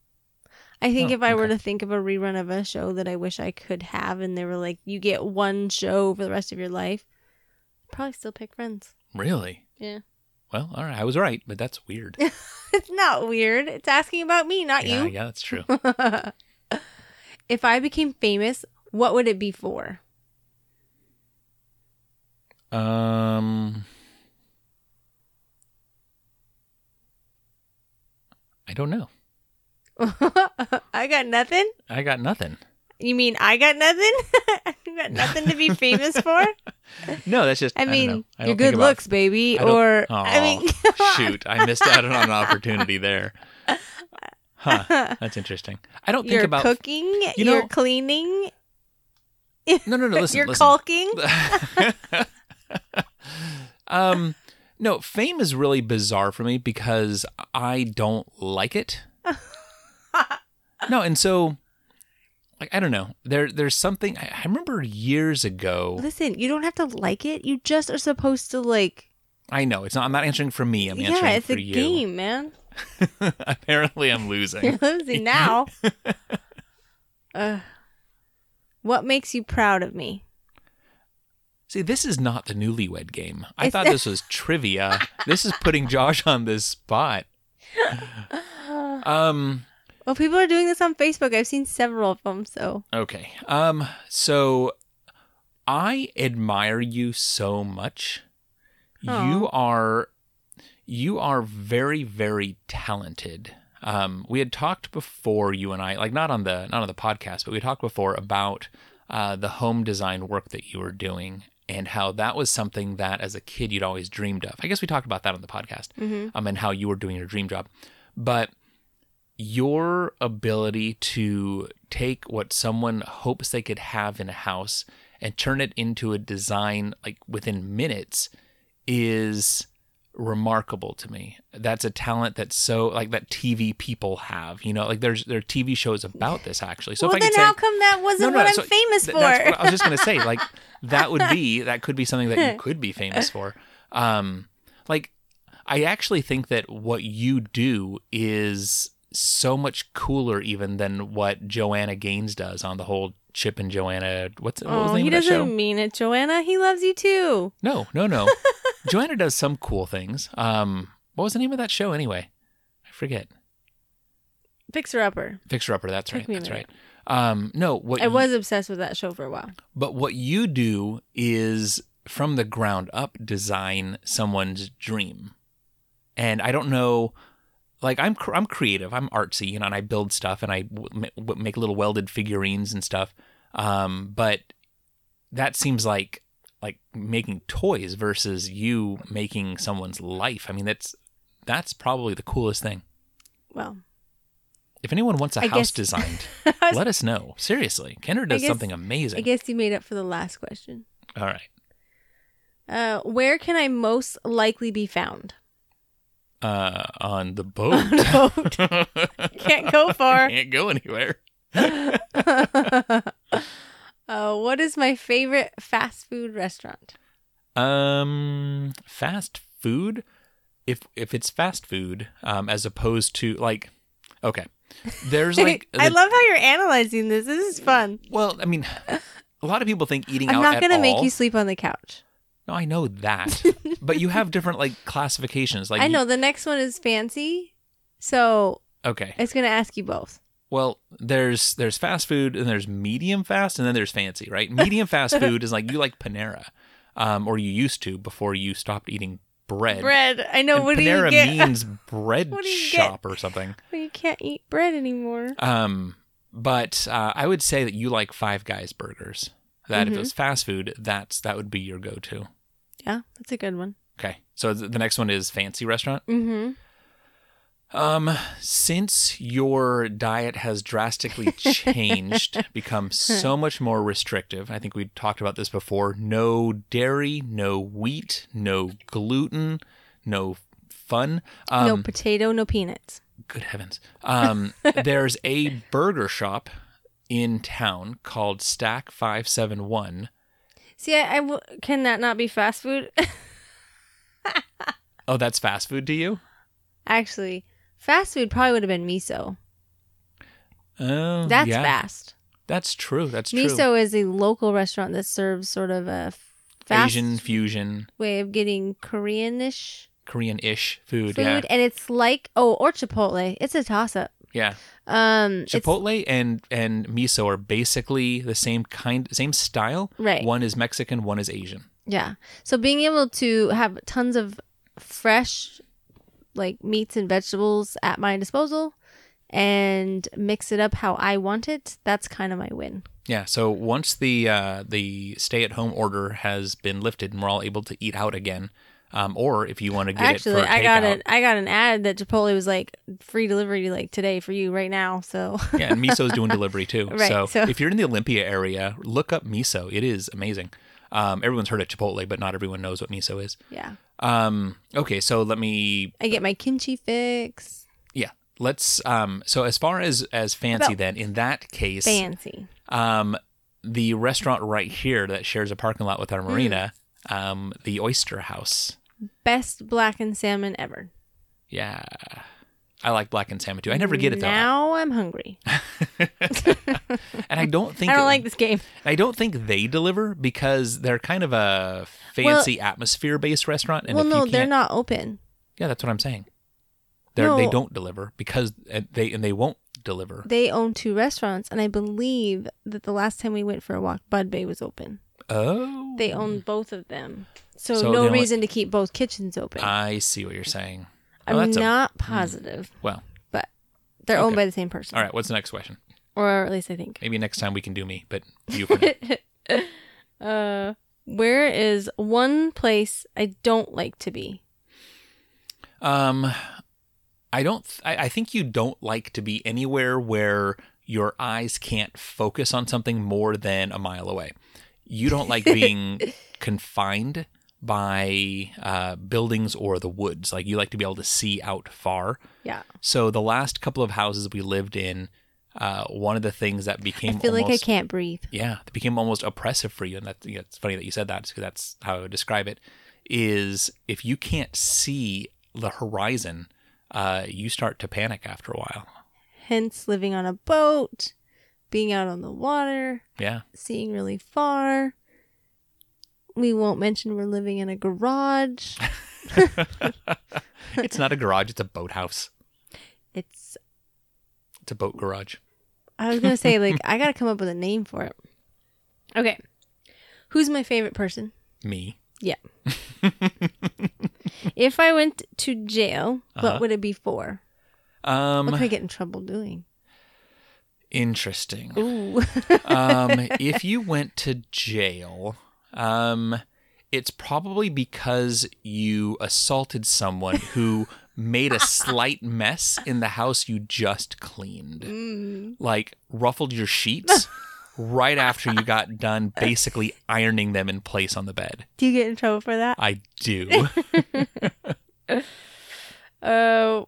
B: I think
A: Oh,
B: if I were
A: okay.
B: to think of a rerun of a show that I wish I could have, and they were like, you get one show for the rest of your life, I'd probably still pick Friends.
A: Really?
B: Yeah.
A: Well, all right. I was right, but that's weird.
B: It's not weird. It's asking about me, not
A: yeah,
B: you.
A: yeah, that's true.
B: if I became famous, what would it be for?
A: Um, I don't know.
B: I got nothing.
A: I got nothing.
B: You mean I got nothing? you got nothing to be famous for?
A: No, that's just.
B: I
A: don't
B: mean,
A: know. I don't
B: your
A: think
B: good
A: about-
B: looks, baby,
A: I don't-
B: or
A: Aw,
B: I mean,
A: shoot, I missed out on an opportunity there. Huh? That's interesting. I don't think
B: you're
A: about.
B: cooking,
A: You
B: you're
A: know-
B: cleaning,
A: no, no, no. Listen,
B: you're
A: listen.
B: caulking.
A: um, no, fame is really bizarre for me because I don't like it. no, and so, like, I don't know. There, there's something. I, I remember years ago.
B: Listen, you don't have to like it. You just are supposed to like.
A: I know it's not. I'm not answering for me. I'm answering
B: yeah, it's
A: for
B: a
A: you.
B: game, man.
A: Apparently, I'm
B: You're
A: losing.
B: losing now. Ugh. what makes you proud of me?
A: See, this is not the newlywed game. I
B: It's-
A: thought this was trivia. this is putting Josh on the spot. Um.
B: Well, people are doing this on Facebook. I've seen several of them. So
A: Okay. Um so I admire you so much. You
B: Aw.
A: are you are very very talented. Um we had talked before you and I like not on the not on the podcast, but we talked before about uh the home design work that you were doing and how that was something that as a kid you'd always dreamed of. I guess we talked about that on the podcast
B: mm-hmm.
A: um, and how you were doing your dream job. But your ability to take what someone hopes they could have in a house and turn it into a design like within minutes is remarkable to me. That's a talent that's so like that TV people have, you know, like there's there are TV shows about this actually. So if
B: well,
A: I
B: then
A: could say
B: how come that wasn't what I'm
A: so
B: famous
A: th-
B: for?
A: That's what I was just gonna say. Like that would be that could be something that you could be famous for. Um, like I actually think that what you do is so much cooler even than what Joanna Gaines does on the whole Chip and Joanna. What's what was the
B: oh,
A: name
B: he
A: of that
B: doesn't
A: show?
B: mean it, Joanna. He loves you too.
A: no, no, no. Joanna does some cool things. Um, what was the name of that show anyway? I forget.
B: Fixer upper.
A: Fixer Upper. That's
B: Took
A: right.
B: me a
A: That's right.
B: minute.
A: Um, no, what
B: I
A: you-
B: was obsessed with that show for a while.
A: But what you do is from the ground up design someone's dream. And I don't know like I'm cr- I'm creative, I'm artsy, you know, and I build stuff and I w- ma- w- make little welded figurines and stuff. Um but that seems like like making toys versus you making someone's life. I mean that's that's probably the coolest thing.
B: Well,
A: If anyone wants a
B: I
A: house
B: guess-
A: designed,
B: I was-
A: let us know. Seriously, Kendra does
B: guess-
A: something amazing.
B: I guess you made up for the last question.
A: All right.
B: Uh, where can I most likely be found?
A: Uh on the boat.
B: Boat. Can't go far.
A: Can't go anywhere.
B: Uh, what is my favorite fast food restaurant?
A: Um, fast food. If if it's fast food, um, as opposed to like, okay, there's like,
B: I
A: the-
B: love how you're analyzing this. This is fun.
A: well, I mean, a lot of people think eating
B: I'm
A: out.
B: not
A: at
B: gonna make
A: all-
B: you sleep on the couch.
A: No, I know that, but you have different like classifications. Like,
B: I
A: you-
B: know the next one is fancy, so
A: okay,
B: it's gonna ask you both.
A: Well, there's there's fast food and there's medium fast and then there's fancy, right? Medium fast food is like you like Panera, um, or you used to before you stopped eating bread.
B: Bread. I know.
A: And
B: what do
A: Panera
B: you get?
A: means bread
B: What do you get?
A: shop or something.
B: Well, you can't eat bread anymore.
A: Um, but uh, I would say that you like Five Guys burgers. That if it
B: Mhm.
A: was fast food, that's that would be your go-to.
B: Yeah, that's a good one.
A: Okay, so th- the next one is fancy restaurant.
B: Mm-hmm.
A: Um, since your diet has drastically changed, become so much more restrictive. I think we talked about this before. No dairy, no wheat, no gluten, no fun. Um,
B: no potato, no peanuts.
A: good heavens. Um, there's a burger shop in town called Stack 571.
B: See, I, I w- can that not be fast food?
A: Oh, that's fast food to you?
B: Actually, fast food probably would have been miso.
A: Oh,
B: That's
A: yeah.
B: fast.
A: That's true. That's true.
B: Miso is a local restaurant that serves sort of a fast
A: Asian fusion,
B: way of getting Koreanish
A: Korean-ish food.
B: food,
A: Yeah,
B: and it's like oh, or Chipotle. It's a toss up.
A: yeah.
B: Um, it's-
A: Chipotle and and miso are basically the same kind, same style.
B: Right.
A: One is Mexican, one is Asian.
B: yeah. So being able to have tons of fresh, like meats and vegetables at my disposal, and mix it up how I want it. That's kind of my win.
A: Yeah. So once the uh, the stay at home order has been lifted and we're all able to eat out again, um, or if you want to get
B: Actually,
A: it for
B: I got
A: takeout,
B: an I got an ad that Chipotle was like free delivery like today for you right now. So
A: yeah, and miso's doing delivery too.
B: Right,
A: so,
B: so-
A: if you're in the Olympia area, look up miso. It is amazing. Um, everyone's heard of Chipotle, but not everyone knows what miso is.
B: yeah,
A: Um, okay, so let me
B: I get my kimchi fix.
A: yeah. Let's um so as far as as fancy
B: About-
A: then, in that case,
B: Fancy.
A: um the restaurant right here that shares a parking lot with our
B: Hmm.
A: marina, um, the Oyster House.
B: Best blackened salmon ever.
A: Yeah. I like blackened salmon too. I never get it though.
B: Now I'm hungry.
A: and I don't think
B: I
A: it-
B: don't like this game.
A: I don't think they deliver because they're kind of a fancy atmosphere based restaurant. And
B: well,
A: if
B: no,
A: you
B: they're
A: can't-
B: not open.
A: Yeah, that's what I'm saying. They're, They
B: No.
A: don't deliver because and they and they won't deliver.
B: They own two restaurants, and I believe that the last time we went for a walk, Bud Bay was open.
A: Oh,
B: They own both of them, Mm. so, Ah,
A: So they
B: no
A: only-
B: reason to keep both kitchens open.
A: I see what you're saying. Oh,
B: I'm
A: that's a-
B: not positive,
A: well.
B: but they're
A: Okay.
B: owned by the same person,
A: All right, what's the next question?
B: or at least I think.
A: Maybe next time we can do me, but you. For now.
B: Uh, where is one place I don't like to be?
A: um, I don't. Th- I, I think you don't like to be anywhere where your eyes can't focus on something more than a mile away. You don't like being confined by uh, buildings or the woods. Like you like to be able to see out far.
B: Yeah,
A: So the last couple of houses we lived in, uh, one of the things that became
B: I feel
A: almost,
B: like I can't breathe.
A: yeah, that became almost oppressive for you, and that's you know, it's funny that you said that because that's how I would describe it. Is if you can't see the horizon, uh, you start to panic after a while.
B: Hence, living on a boat, being out on the water,
A: Yeah,
B: seeing really far. We won't mention we're living in a garage.
A: it's not a garage; it's a boathouse.
B: It's
A: It's a boat garage.
B: I was gonna say like I gotta come up with a name for it. Okay, who's my favorite person?
A: Me,
B: If I went to jail,
A: Uh-huh.
B: what would it be for? What
A: um,
B: could I get in trouble doing?
A: interesting.
B: Ooh,
A: um, if you went to jail, um, it's probably because you assaulted someone who made a slight mess in the house you just cleaned,
B: Mm.
A: like ruffled your sheets right after you got done basically ironing them in place on the bed.
B: do you get in trouble for that?
A: I do.
B: Uh,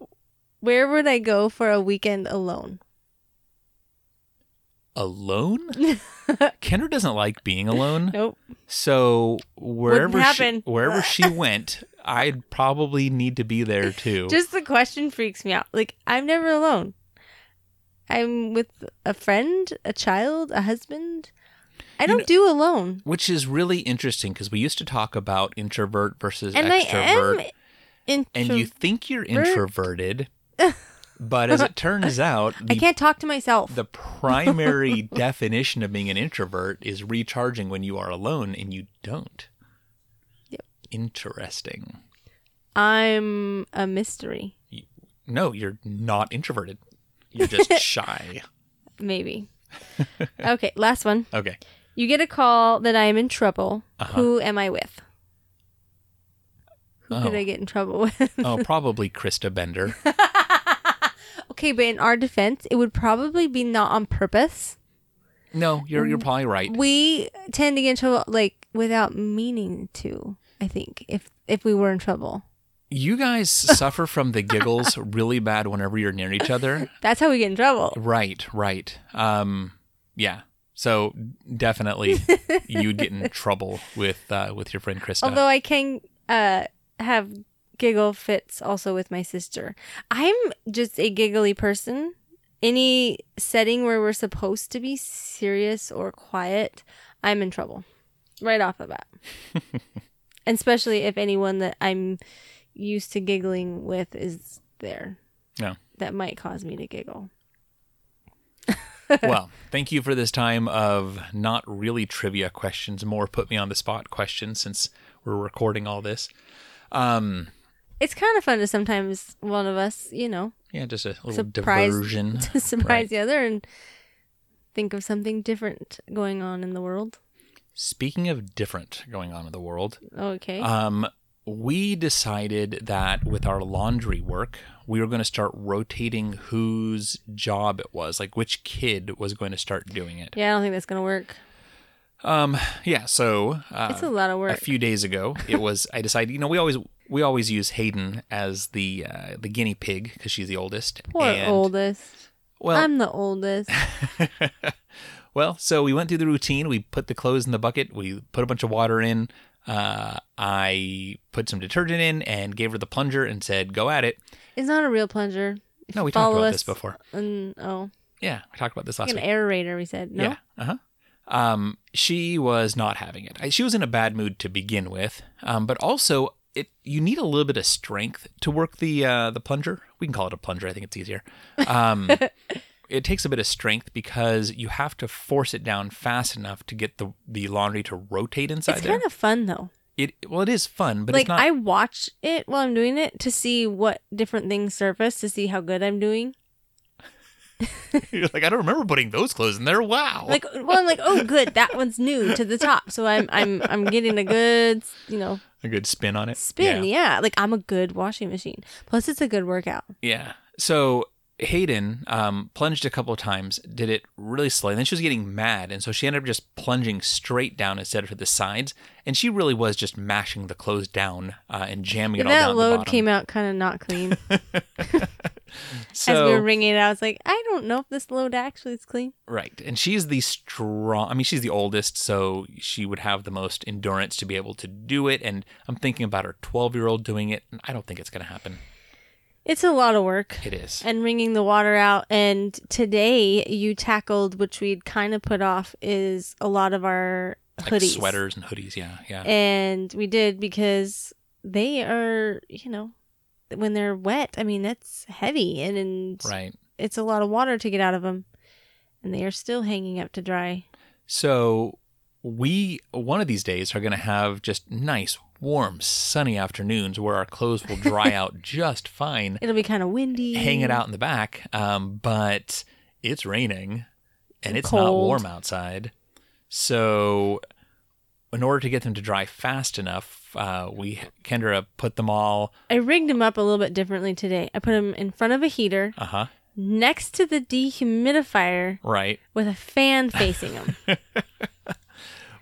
B: where would I go for a weekend alone?
A: alone? Kendra doesn't like being alone.
B: Nope.
A: So wherever she,
B: happen.
A: wherever she went, I'd probably need to be there too.
B: Just the question freaks me out. Like, I'm never alone. I'm with a friend, a child, a husband. I don't do alone.
A: which is really interesting because we used to talk about introvert versus
B: And I
A: extrovert
B: am intro-
A: and you think you're introverted but as it turns out
B: I
A: the,
B: can't talk to myself.
A: the primary definition of being an introvert is recharging when you are alone and you don't
B: Yep.
A: interesting
B: I'm a mystery,
A: no you're not introverted you're just shy
B: maybe. okay, last one.
A: okay
B: You get a call that I am in trouble.
A: Uh-huh.
B: Who am I with? Who could
A: Oh.
B: I get in trouble with?
A: oh probably krista bender
B: okay, but in our defense, it would probably be not on purpose.
A: no you're, you're probably right
B: we tend to get in trouble like without meaning to i think if if we were in trouble
A: you guys suffer from the giggles really bad whenever you're near each other
B: that's how we get in trouble
A: Right, right. Um, yeah. So definitely, you'd get in trouble with uh, with your friend Krista.
B: although i can uh have giggle fits also with my sister i'm just a giggly person any setting where we're supposed to be serious or quiet, I'm in trouble right off the bat. and especially if anyone that I'm used to giggling with is there.
A: Yeah.
B: That might cause me to giggle.
A: well, thank you for this time of not really trivia questions, more put me on the spot questions since we're recording all this. Um,
B: It's kind of fun to sometimes one of us, you know,
A: yeah, just a little
B: Surprise-
A: diversion.
B: to surprise
A: Right.
B: the other and think of something different going on in the world.
A: Speaking of different going on in the world,
B: Okay.
A: um, we decided that with our laundry work, we were going to start rotating whose job it was, like which kid was going to start doing it.
B: yeah, I don't think that's going to work.
A: Um, yeah. So uh,
B: It's a lot of
A: a
B: work.
A: few days ago, it was I decided. You know, we always we always use Hayden as the uh, the guinea pig because she's the oldest.
B: Poor
A: and,
B: oldest.
A: Well,
B: I'm the oldest.
A: well, so we went through the routine. We put the clothes in the bucket. We put a bunch of water in. Uh, I put some detergent in and gave her the plunger and said, "Go at it."
B: It's not a real plunger. If
A: No,
B: you
A: we talked
B: follow
A: about
B: us
A: this before.
B: on- oh,
A: Yeah, we talked about this last
B: like an
A: week.
B: aerator, we said. No?
A: Yeah. Uh huh. Um, she was not having it. I- She was in a bad mood to begin with. Um, but also it you need a little bit of strength to work the uh, the plunger. We can call it a plunger. I think it's easier. Um, it takes a bit of strength because you have to force it down fast enough to get the the laundry to rotate inside
B: It's
A: there.
B: kind of fun, though.
A: it well, it is fun, but
B: like,
A: it's not.
B: I watch it while I'm doing it to see what different things surface, to see how good I'm doing.
A: You're like I don't remember putting those clothes in there. Wow.
B: Like, well, I'm like, oh, good, that one's new to the top, so I'm, I'm, I'm getting a good, you know,
A: a good spin on it.
B: spin. Yeah, like I'm a good washing machine. Plus, it's a good workout.
A: Yeah. So Hayden um, plunged a couple of times, did it really slow. And then she was getting mad. And so she ended up just plunging straight down instead of to the sides. And she really was just mashing the clothes down uh, and jamming it all
B: that
A: down. the
B: load
A: bottom.
B: came out kind of not clean. As
A: So,
B: we were ringing it out, I was like, I don't know if this load actually is clean.
A: right. And she's the strong, I mean, she's the oldest. So she would have the most endurance to be able to do it. And I'm thinking about her 12 year old doing it. And I don't think it's going to happen.
B: It's a lot of work.
A: It is.
B: and wringing the water out. And today you tackled, which we'd kind of put off, is a lot of our hoodies.
A: Like sweaters and hoodies. Yeah. Yeah.
B: And we did because they are, you know, when they're wet, I mean, that's heavy and, and
A: right.
B: it's a lot of water to get out of them. And they are still hanging up to dry.
A: So we one of these days are going to have just nice, warm, sunny afternoons where our clothes will dry out just fine,
B: It'll be kind of windy.
A: hang it out in the back. Um, but it's raining and it's not
B: Cold.
A: warm outside. So in order to get them to dry fast enough, uh, we Kendra put them all.
B: I rigged them up a little bit differently today. I put them in front of a heater
A: Uh huh.
B: next to the dehumidifier
A: Right.
B: with a fan facing them.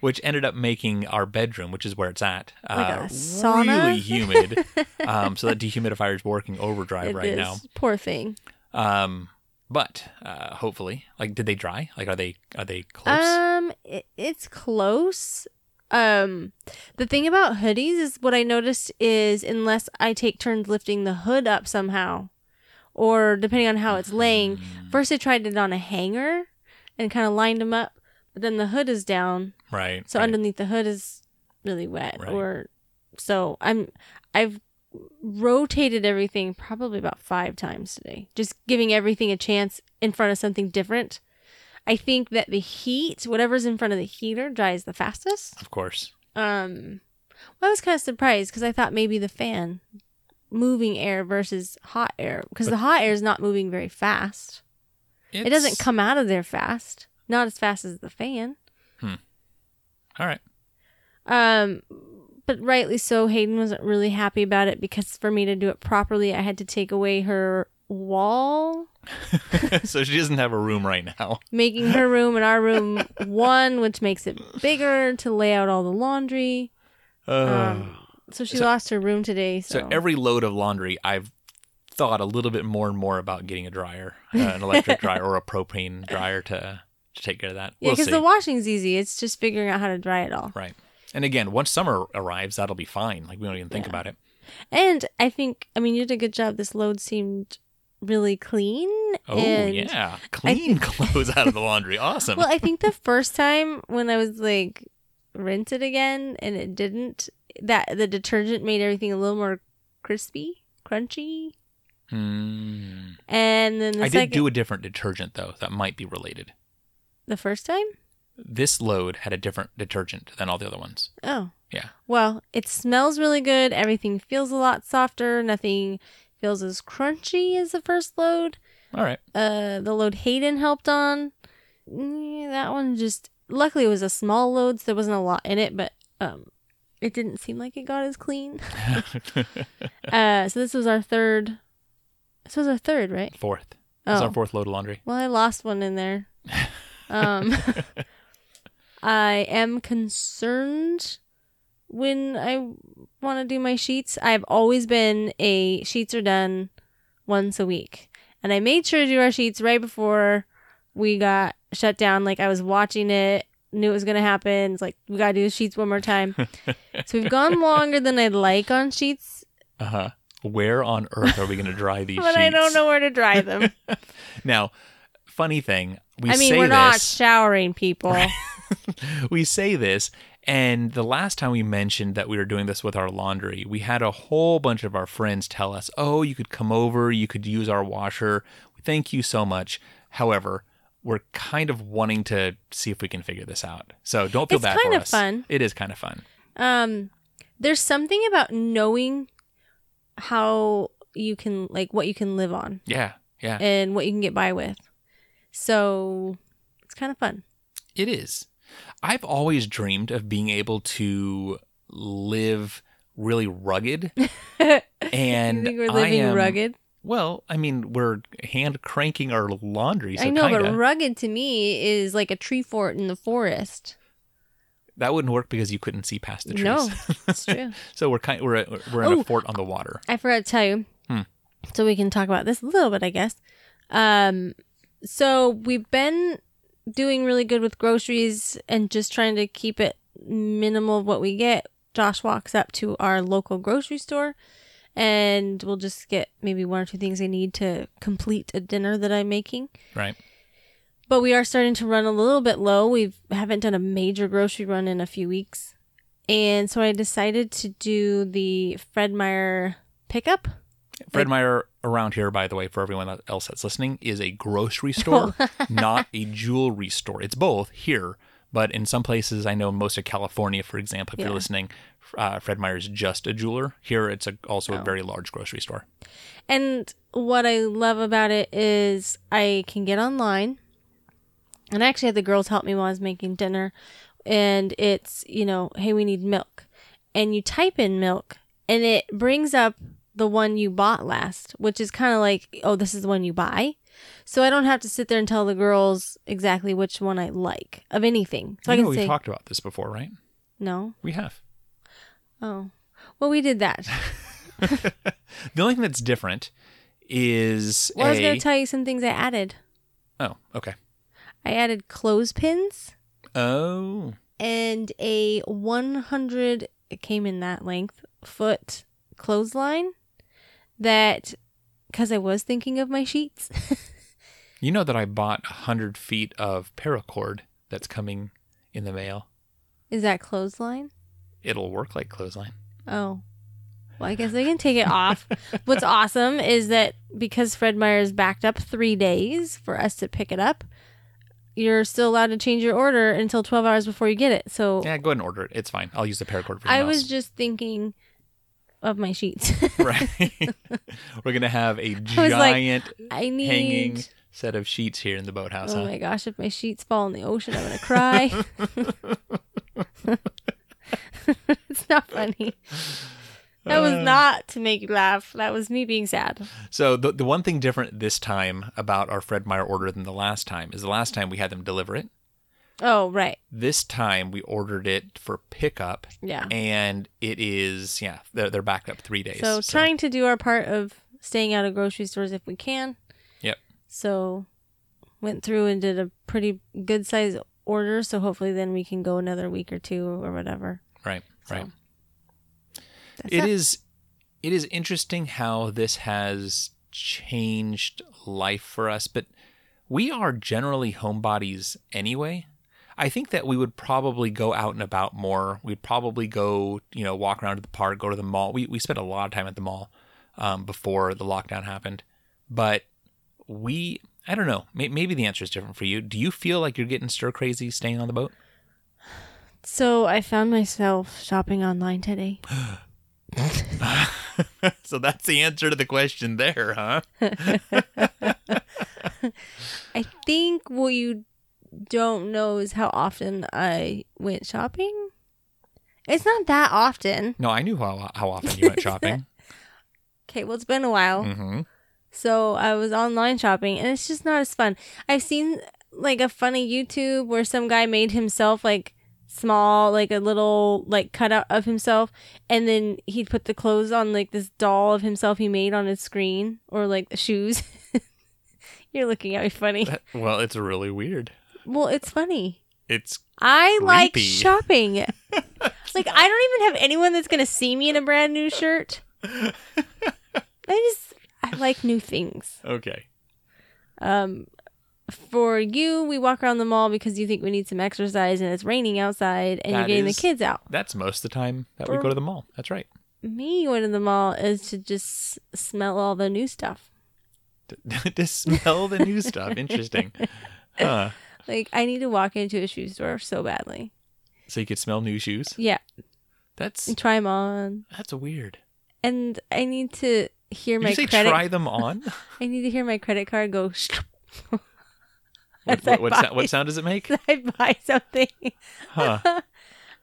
A: which ended up making our bedroom, which is where it's at, uh,
B: Like a sauna?
A: really humid. um, so that dehumidifier is working overdrive
B: It
A: right
B: is.
A: now.
B: Poor thing.
A: Um, but uh, hopefully, like, did they dry? Like, are they are they close?
B: Um, it, it's close. Um, the thing about hoodies is what I noticed is unless I take turns lifting the hood up somehow, or depending on how it's laying.
A: Mm,
B: First, I tried it on a hanger and kind of lined them up, but then the hood is down,
A: right.
B: so
A: right.
B: underneath the hood is really wet.
A: Right.
B: Or so I'm I've rotated everything probably about five times today, just giving everything a chance in front of something different. I think that the heat, whatever's in front of the heater, dries the fastest.
A: of course.
B: Um, well, I was kind of surprised because I thought maybe the fan moving air versus hot air because the hot air is not moving very fast. It doesn't
A: It's-
B: come out of there fast, not as fast as the fan.
A: All right.
B: Um, but rightly so, Hayden wasn't really happy about it because for me to do it properly, I had to take away her wall,
A: so she doesn't have a room right now.
B: making her room and our room one, which makes it bigger to lay out all the laundry. Um, so she lost her room today. So,
A: so every load of laundry, I've thought a little bit more and more about getting a dryer, uh, an electric dryer or a propane dryer to to take care of that.
B: yeah,
A: we'll
B: because
A: see.
B: the washing's easy. It's just figuring out how to dry it all.
A: Right. And again, once summer arrives, that'll be fine. Like we don't even think
B: Yeah.
A: about it.
B: And I think, I mean, you did a good job. This load seemed really clean.
A: Oh
B: and-
A: yeah, clean clothes out of the laundry. Awesome.
B: Well, I think the first time when I was like rinse it again and it didn't, that the detergent made everything a little more crispy, crunchy.
A: Hmm.
B: And then the
A: I
B: second,
A: did do a different detergent though. That might be related.
B: the first time.
A: This load had a different detergent than all the other ones.
B: Oh.
A: Yeah.
B: Well, it smells really good. Everything feels a lot softer. Nothing feels as crunchy as the first load.
A: All right.
B: Uh, the load Hayden helped on. Mm, that one just luckily it was a small load, so there wasn't a lot in it, but um, it didn't seem like it got as clean. uh, so this was our third. This was our third, right?
A: Fourth. This is
B: Oh.
A: our fourth load of laundry.
B: Well, I lost one in there. Um, I am concerned when I want to do my sheets. I've always been a sheets are done once a week, and I made sure to do our sheets right before we got shut down. Like I was watching it, knew it was gonna happen. It's like we gotta do the sheets one more time. so we've gone longer than I'd like on sheets,
A: Uh huh. Where on earth are we going to dry these
B: Uh-huh. but
A: sheets?
B: I don't know where to dry them.
A: Now, funny thing, we
B: I mean,
A: say
B: we're not
A: this.
B: showering people.
A: we say this, and the last time we mentioned that we were doing this with our laundry, we had a whole bunch of our friends tell us, "Oh, you could come over, you could use our washer. Thank you so much." However, we're kind of wanting to see if we can figure this out. So don't feel
B: It's
A: bad
B: kind
A: for
B: of
A: us.
B: fun.
A: It is kind of fun.
B: um there's something about knowing how you can like what you can live on
A: Yeah, yeah,
B: and what you can get by with so it's kind of fun
A: it is. I've always dreamed of being able to live really rugged, and
B: you think we're
A: I
B: living
A: am
B: rugged
A: Well, I mean, we're hand cranking our laundry. So
B: i know
A: kinda.
B: but rugged to me is like a tree fort in the forest
A: that wouldn't work because you couldn't see past the trees.
B: no it's true
A: so we're kind we're we're in
B: Oh.
A: a fort on the water.
B: I forgot to tell you.
A: Hmm.
B: So we can talk about this a little bit, I guess. Um, so we've been doing really good with groceries and just trying to keep it minimal of what we get. Josh walks up to our local grocery store and we'll just get maybe one or two things I need to complete a dinner that I'm making.
A: Right.
B: But we are starting to run a little bit low. We haven't done a major grocery run in a few weeks. And so I decided to do the Fred Meyer pickup.
A: Fred Meyer around here, by the way, for everyone else that's listening, is a grocery store,
B: Oh.
A: not a jewelry store. It's both here, but in some places, I know most of California, for example, if
B: Yeah.
A: you're listening, uh, Fred Meyer is just a jeweler. Here, it's a, also
B: Oh.
A: a very large grocery store.
B: And what I love about it is I can get online. And I actually had the girls help me while I was making dinner. And it's, you know, hey, we need milk. And you type in milk and it brings up the one you bought last, which is kind of like, oh, this is the one you buy. So I don't have to sit there and tell the girls exactly which one I like of anything. So I
A: you
B: can
A: know, we've
B: say,
A: talked about this before, right?
B: no.
A: We have.
B: Oh. Well, we did that.
A: The only thing that's different is
B: Well, I was
A: a-
B: going to tell you some things I added.
A: oh, okay.
B: I added clothespins.
A: Oh,
B: and a 100 it came in that length foot clothesline that because i was thinking of my sheets
A: You know that I bought a 100 feet of paracord that's coming in the mail.
B: is that clothesline
A: It'll work like clothesline.
B: oh well i guess i can take it off what's awesome is that because fred meyer's backed up three days for us to pick it up you're still allowed to change your order until 12 hours before you get it so
A: Yeah, go ahead and order it. It's fine. I'll use the paracord for the
B: i
A: mouse.
B: was just thinking of my sheets
A: right. We're going to have a
B: was like,
A: giant
B: i need
A: hanging set of sheets here in the boathouse,
B: Oh
A: huh?
B: my gosh, if my sheets fall in the ocean, I'm going to cry. it's not funny. That was not to make you laugh. That was me being sad.
A: So the, the one thing different this time about our Fred Meyer order than the last time is the last time we had them deliver it.
B: Oh, right.
A: This time we ordered it for pickup
B: Yeah.
A: and it is, yeah, they're, they're backed up three days.
B: So trying to do our part of staying out of grocery stores if we can.
A: Yep.
B: So went through and did a pretty good size order. So hopefully then we can go another week or two or whatever.
A: Right,
B: So,
A: right.
B: That's
A: It
B: it.
A: is it is interesting how this has changed life for us, but we are generally homebodies anyway. I think that we would probably go out and about more. We'd probably go, you know, walk around to the park, go to the mall. We, we spent a lot of time at the mall um, before the lockdown happened. But we, I don't know, may, maybe the answer is different for you. Do you feel like you're getting stir crazy staying on the boat?
B: So I found myself shopping online today.
A: so that's the answer to the question there, huh?
B: I think what you don't know is how often I went shopping. It's not that often.
A: No, I knew how, how often you went shopping.
B: Okay, well, it's been a while.
A: hmm
B: So I was online shopping and it's just not as fun. I've seen like a funny YouTube where some guy made himself like small, like a little like cutout of himself and then he'd put the clothes on like this doll of himself he made on his screen or like the shoes. You're looking at me funny.
A: well, it's really weird.
B: Well, it's funny.
A: It's
B: I like
A: Creepy.
B: shopping. like I don't even have anyone that's gonna see me in a brand new shirt. I just I like new things.
A: okay.
B: Um, for you, we walk around the mall because you think we need some exercise and it's raining outside and you're
A: That
B: getting
A: is-
B: the kids out.
A: That's most of the time that we
B: Or-
A: go to the mall. That's right.
B: Me going to the mall is to just smell all the new stuff.
A: to, to smell the new stuff. Interesting. Huh.
B: Like, I need to walk into a shoe store so badly.
A: So you could smell new shoes.
B: Yeah,
A: That's
B: and try them on.
A: that's weird.
B: And I need to hear
A: Did
B: my
A: you say
B: credit.
A: try them on?
B: I need to hear my credit card go.
A: what,
B: As I
A: what, what, sou-
B: buy-
A: what sound does it make?
B: I buy something.
A: Huh.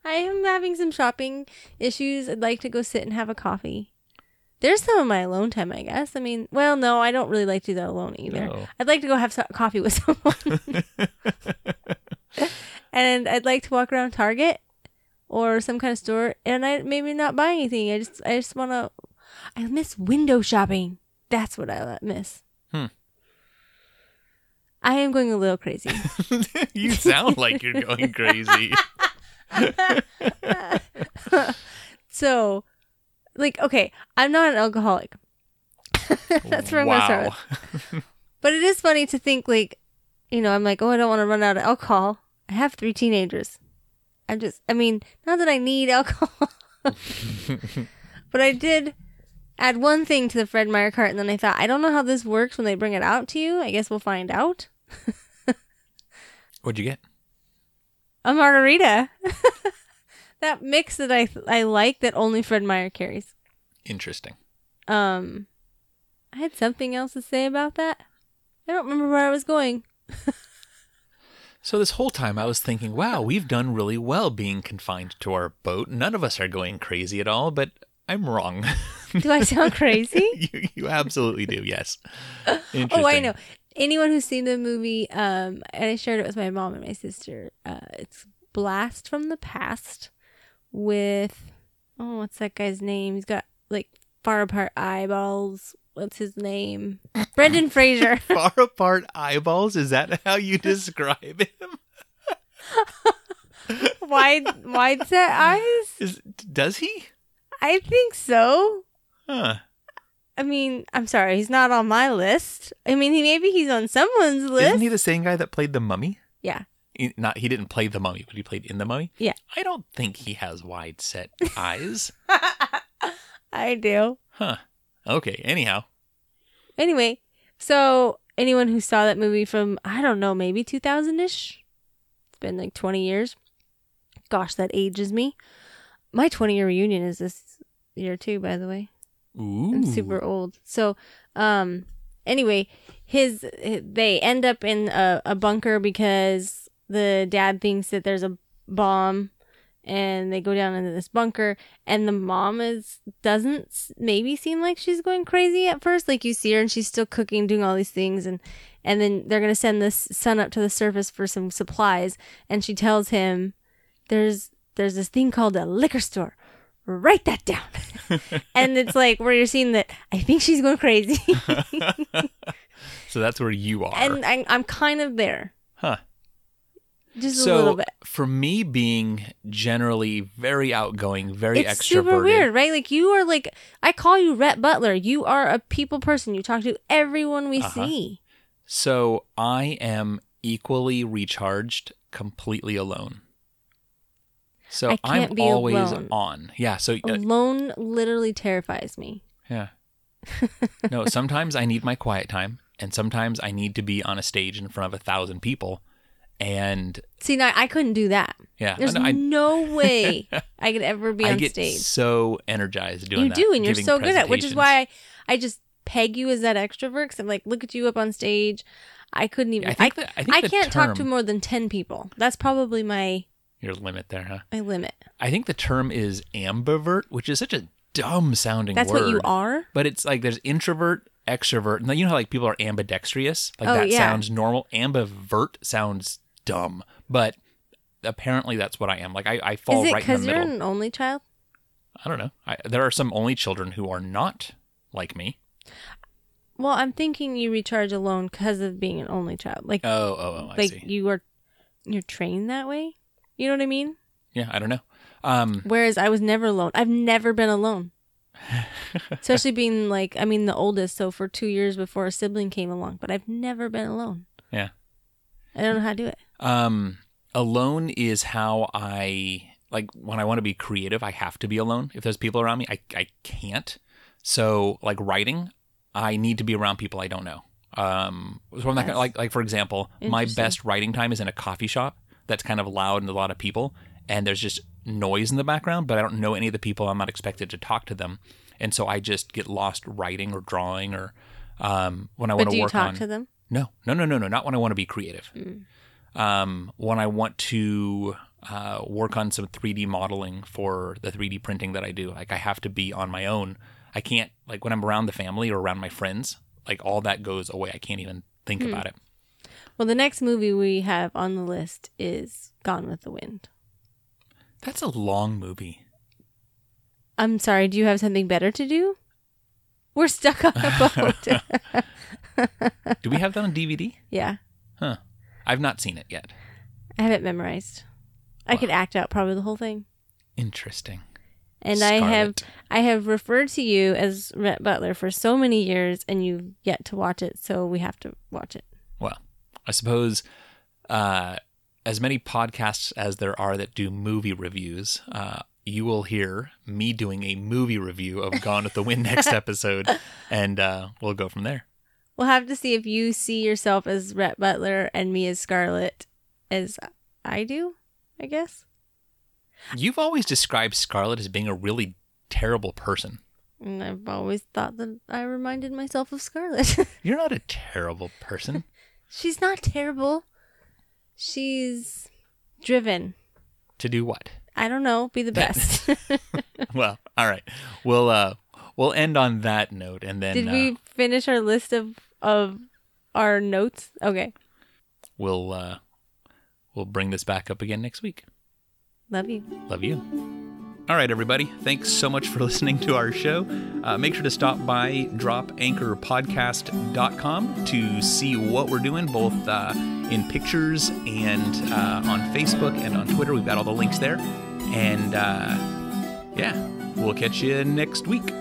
B: I am having some shopping issues. I'd like to go sit and have a coffee. There's some of my alone time, I guess. I mean, well, no, I don't really like to do that alone either.
A: No.
B: I'd like to go have so- coffee with someone. and I'd like to walk around Target or some kind of store and I maybe not buy anything. I just I just want to I miss window shopping. That's what I miss.
A: Hmm.
B: I am going a little crazy.
A: you sound like you're going crazy.
B: So, like, okay, I'm not an alcoholic, That's where I'm gonna start
A: wow.
B: but it is funny to think, like, you know, I'm like, oh, I don't want to run out of alcohol. I have three teenagers. I'm just, I mean, not that I need alcohol, but I did add one thing to the Fred Meyer cart, and then I thought, I don't know how this works when they bring it out to you. I guess we'll find out.
A: What'd you get?
B: A margarita. that mix that I I like that only Fred Meyer carries.
A: Interesting.
B: Um, I had something else to say about that. I don't remember where I was going.
A: So this whole time I was thinking, wow, we've done really well being confined to our boat. None of us are going crazy at all, but I'm wrong.
B: Do I sound crazy?
A: you, you absolutely do. Yes. Interesting.
B: oh, I know. Anyone who's seen the movie, um, and I shared it with my mom and my sister. Uh, it's Blast from the Past with oh, what's that guy's name? He's got like far apart eyeballs. What's his name? Brendan Fraser.
A: far apart eyeballs is that how you describe him
B: wide, wide set eyes.
A: is, does he
B: I think so.
A: huh
B: I mean, I'm sorry, he's not on my list. I mean, he maybe he's on someone's
A: isn't
B: list.
A: he the same guy that played the mummy
B: yeah.
A: He- not he didn't play the mummy but he played in the mummy
B: Yeah.
A: i don't think he has wide set eyes
B: I do.
A: huh okay anyhow
B: Anyway, so anyone who saw that movie from I don't know, maybe 2000ish. It's been like 20 years. Gosh, that ages me. My 20-year reunion is this year too, by the way.
A: ooh
B: I'm super old. So, um, anyway, his they end up in a, a bunker because the dad thinks that there's a bomb, and they go down into this bunker. And the mom is doesn't s- maybe seem like she's going crazy at first. Like you see her and she's still cooking, doing all these things, and and then they're gonna send this son up to the surface for some supplies. And she tells him, "There's there's this thing called a liquor store. Write that down." and it's like where you're seeing that I think she's going crazy,
A: so that's where you are
B: and I'm, I'm kind of there.
A: huh
B: Just a little
A: so
B: bit.
A: for me being generally very outgoing, very
B: it's
A: extroverted,
B: super weird, right? Like you are like I call you Rhett Butler. You are a people person. You talk to everyone we
A: Uh-huh.
B: see.
A: so I am equally recharged completely alone. So
B: I
A: I'm
B: can't be
A: always
B: alone. Oh.
A: on. Yeah, so uh,
B: Alone literally terrifies me.
A: yeah. no, sometimes I need my quiet time and sometimes I need to be on a stage in front of a thousand people and
B: See, now I couldn't do that.
A: yeah,
B: There's
A: no, I,
B: no way I could ever be
A: I
B: on
A: get
B: stage.
A: so energized doing
B: you
A: that.
B: do, and you're
A: giving
B: so good at, which is
A: presentations.
B: why I, I just peg you as that extrovert. Cause I'm like, look at you up on stage. I couldn't even.
A: I
B: I
A: think
B: I,
A: the- I think the
B: can't talk to
A: term-
B: more than ten people. That's probably my
A: your limit there, huh?
B: my limit.
A: I think the term is ambivert, which is such a dumb sounding
B: That's
A: word.
B: what you are.
A: But it's like there's introvert, extrovert. And you know how like people are ambidextrous? Like
B: Oh,
A: that
B: yeah.
A: sounds normal. Ambivert sounds dumb, but apparently that's what I am. Like I, I fall
B: is it
A: right in the
B: you're
A: middle.
B: an only child?
A: I don't know. I, there are some only children who are not like me.
B: Well, I'm thinking you recharge alone because of being an only child. Like,
A: Oh, oh, oh, I
B: like
A: see.
B: you are, you're trained that way. You know what I mean?
A: Yeah, I don't know. Um,
B: Whereas I was never alone. I've never been alone. Especially being like, I mean, the oldest. So for two years before a sibling came along, but I've never been alone.
A: Yeah.
B: I don't know how to do it.
A: Um, alone is how I like when I want to be creative, I have to be alone. If there's people around me, I, I can't. So like writing, I need to be around people I don't know. Um, so I'm not gonna,
B: That's
A: like like for example, my
B: interesting.
A: best writing time is in a coffee shop that's kind of loud and a lot of people, and there's just noise in the background, but I don't know any of the people. I'm not expected to talk to them, and so I just get lost writing or drawing or um, when I want
B: but do
A: to
B: you
A: work
B: talk
A: on.
B: to them?
A: No, no, no, no, no. Not when I want to be creative.
B: Mm.
A: Um, when I want to uh, work on some 3D modeling for the 3D printing that I do, like I have to be on my own. I can't like when I'm around the family or around my friends, like all that goes away. I can't even think
B: Hmm.
A: about it.
B: Well, the next movie we have on the list is Gone with the Wind.
A: That's a long movie.
B: I'm sorry. Do you have something better to do? We're stuck on a boat.
A: Do we have that on DVD?
B: yeah.
A: Huh. I've not seen it yet.
B: I have it memorized. I could act out probably the whole thing.
A: Interesting.
B: And I have
A: Scarlet.
B: I have referred to you as Rhett Butler for so many years and you've yet to watch it, so we have to watch it.
A: Well, I suppose uh, as many podcasts as there are that do movie reviews, uh, you will hear me doing a movie review of Gone with the Wind next episode, and uh, we'll go from there.
B: We'll have to see if you see yourself as Rhett Butler and me as Scarlet as I do, I guess.
A: You've always described Scarlett as being a really terrible person.
B: And I've always thought that I reminded myself of Scarlet.
A: You're not a terrible person.
B: She's not terrible. She's driven.
A: to do what?
B: I don't know, be the best.
A: Well, all right. We'll uh, we'll end on that note, and then
B: Did
A: uh,
B: we finish our list of of our notes? Okay.
A: we'll uh, we'll bring this back up again next week.
B: Love you.
A: Love you. All right, everybody. Thanks so much for listening to our show. Uh, make sure to stop by dropanchorpodcast.com to see what we're doing, both uh, in pictures and uh, on Facebook and on Twitter. We've got all the links there. And uh, yeah, we'll catch you next week.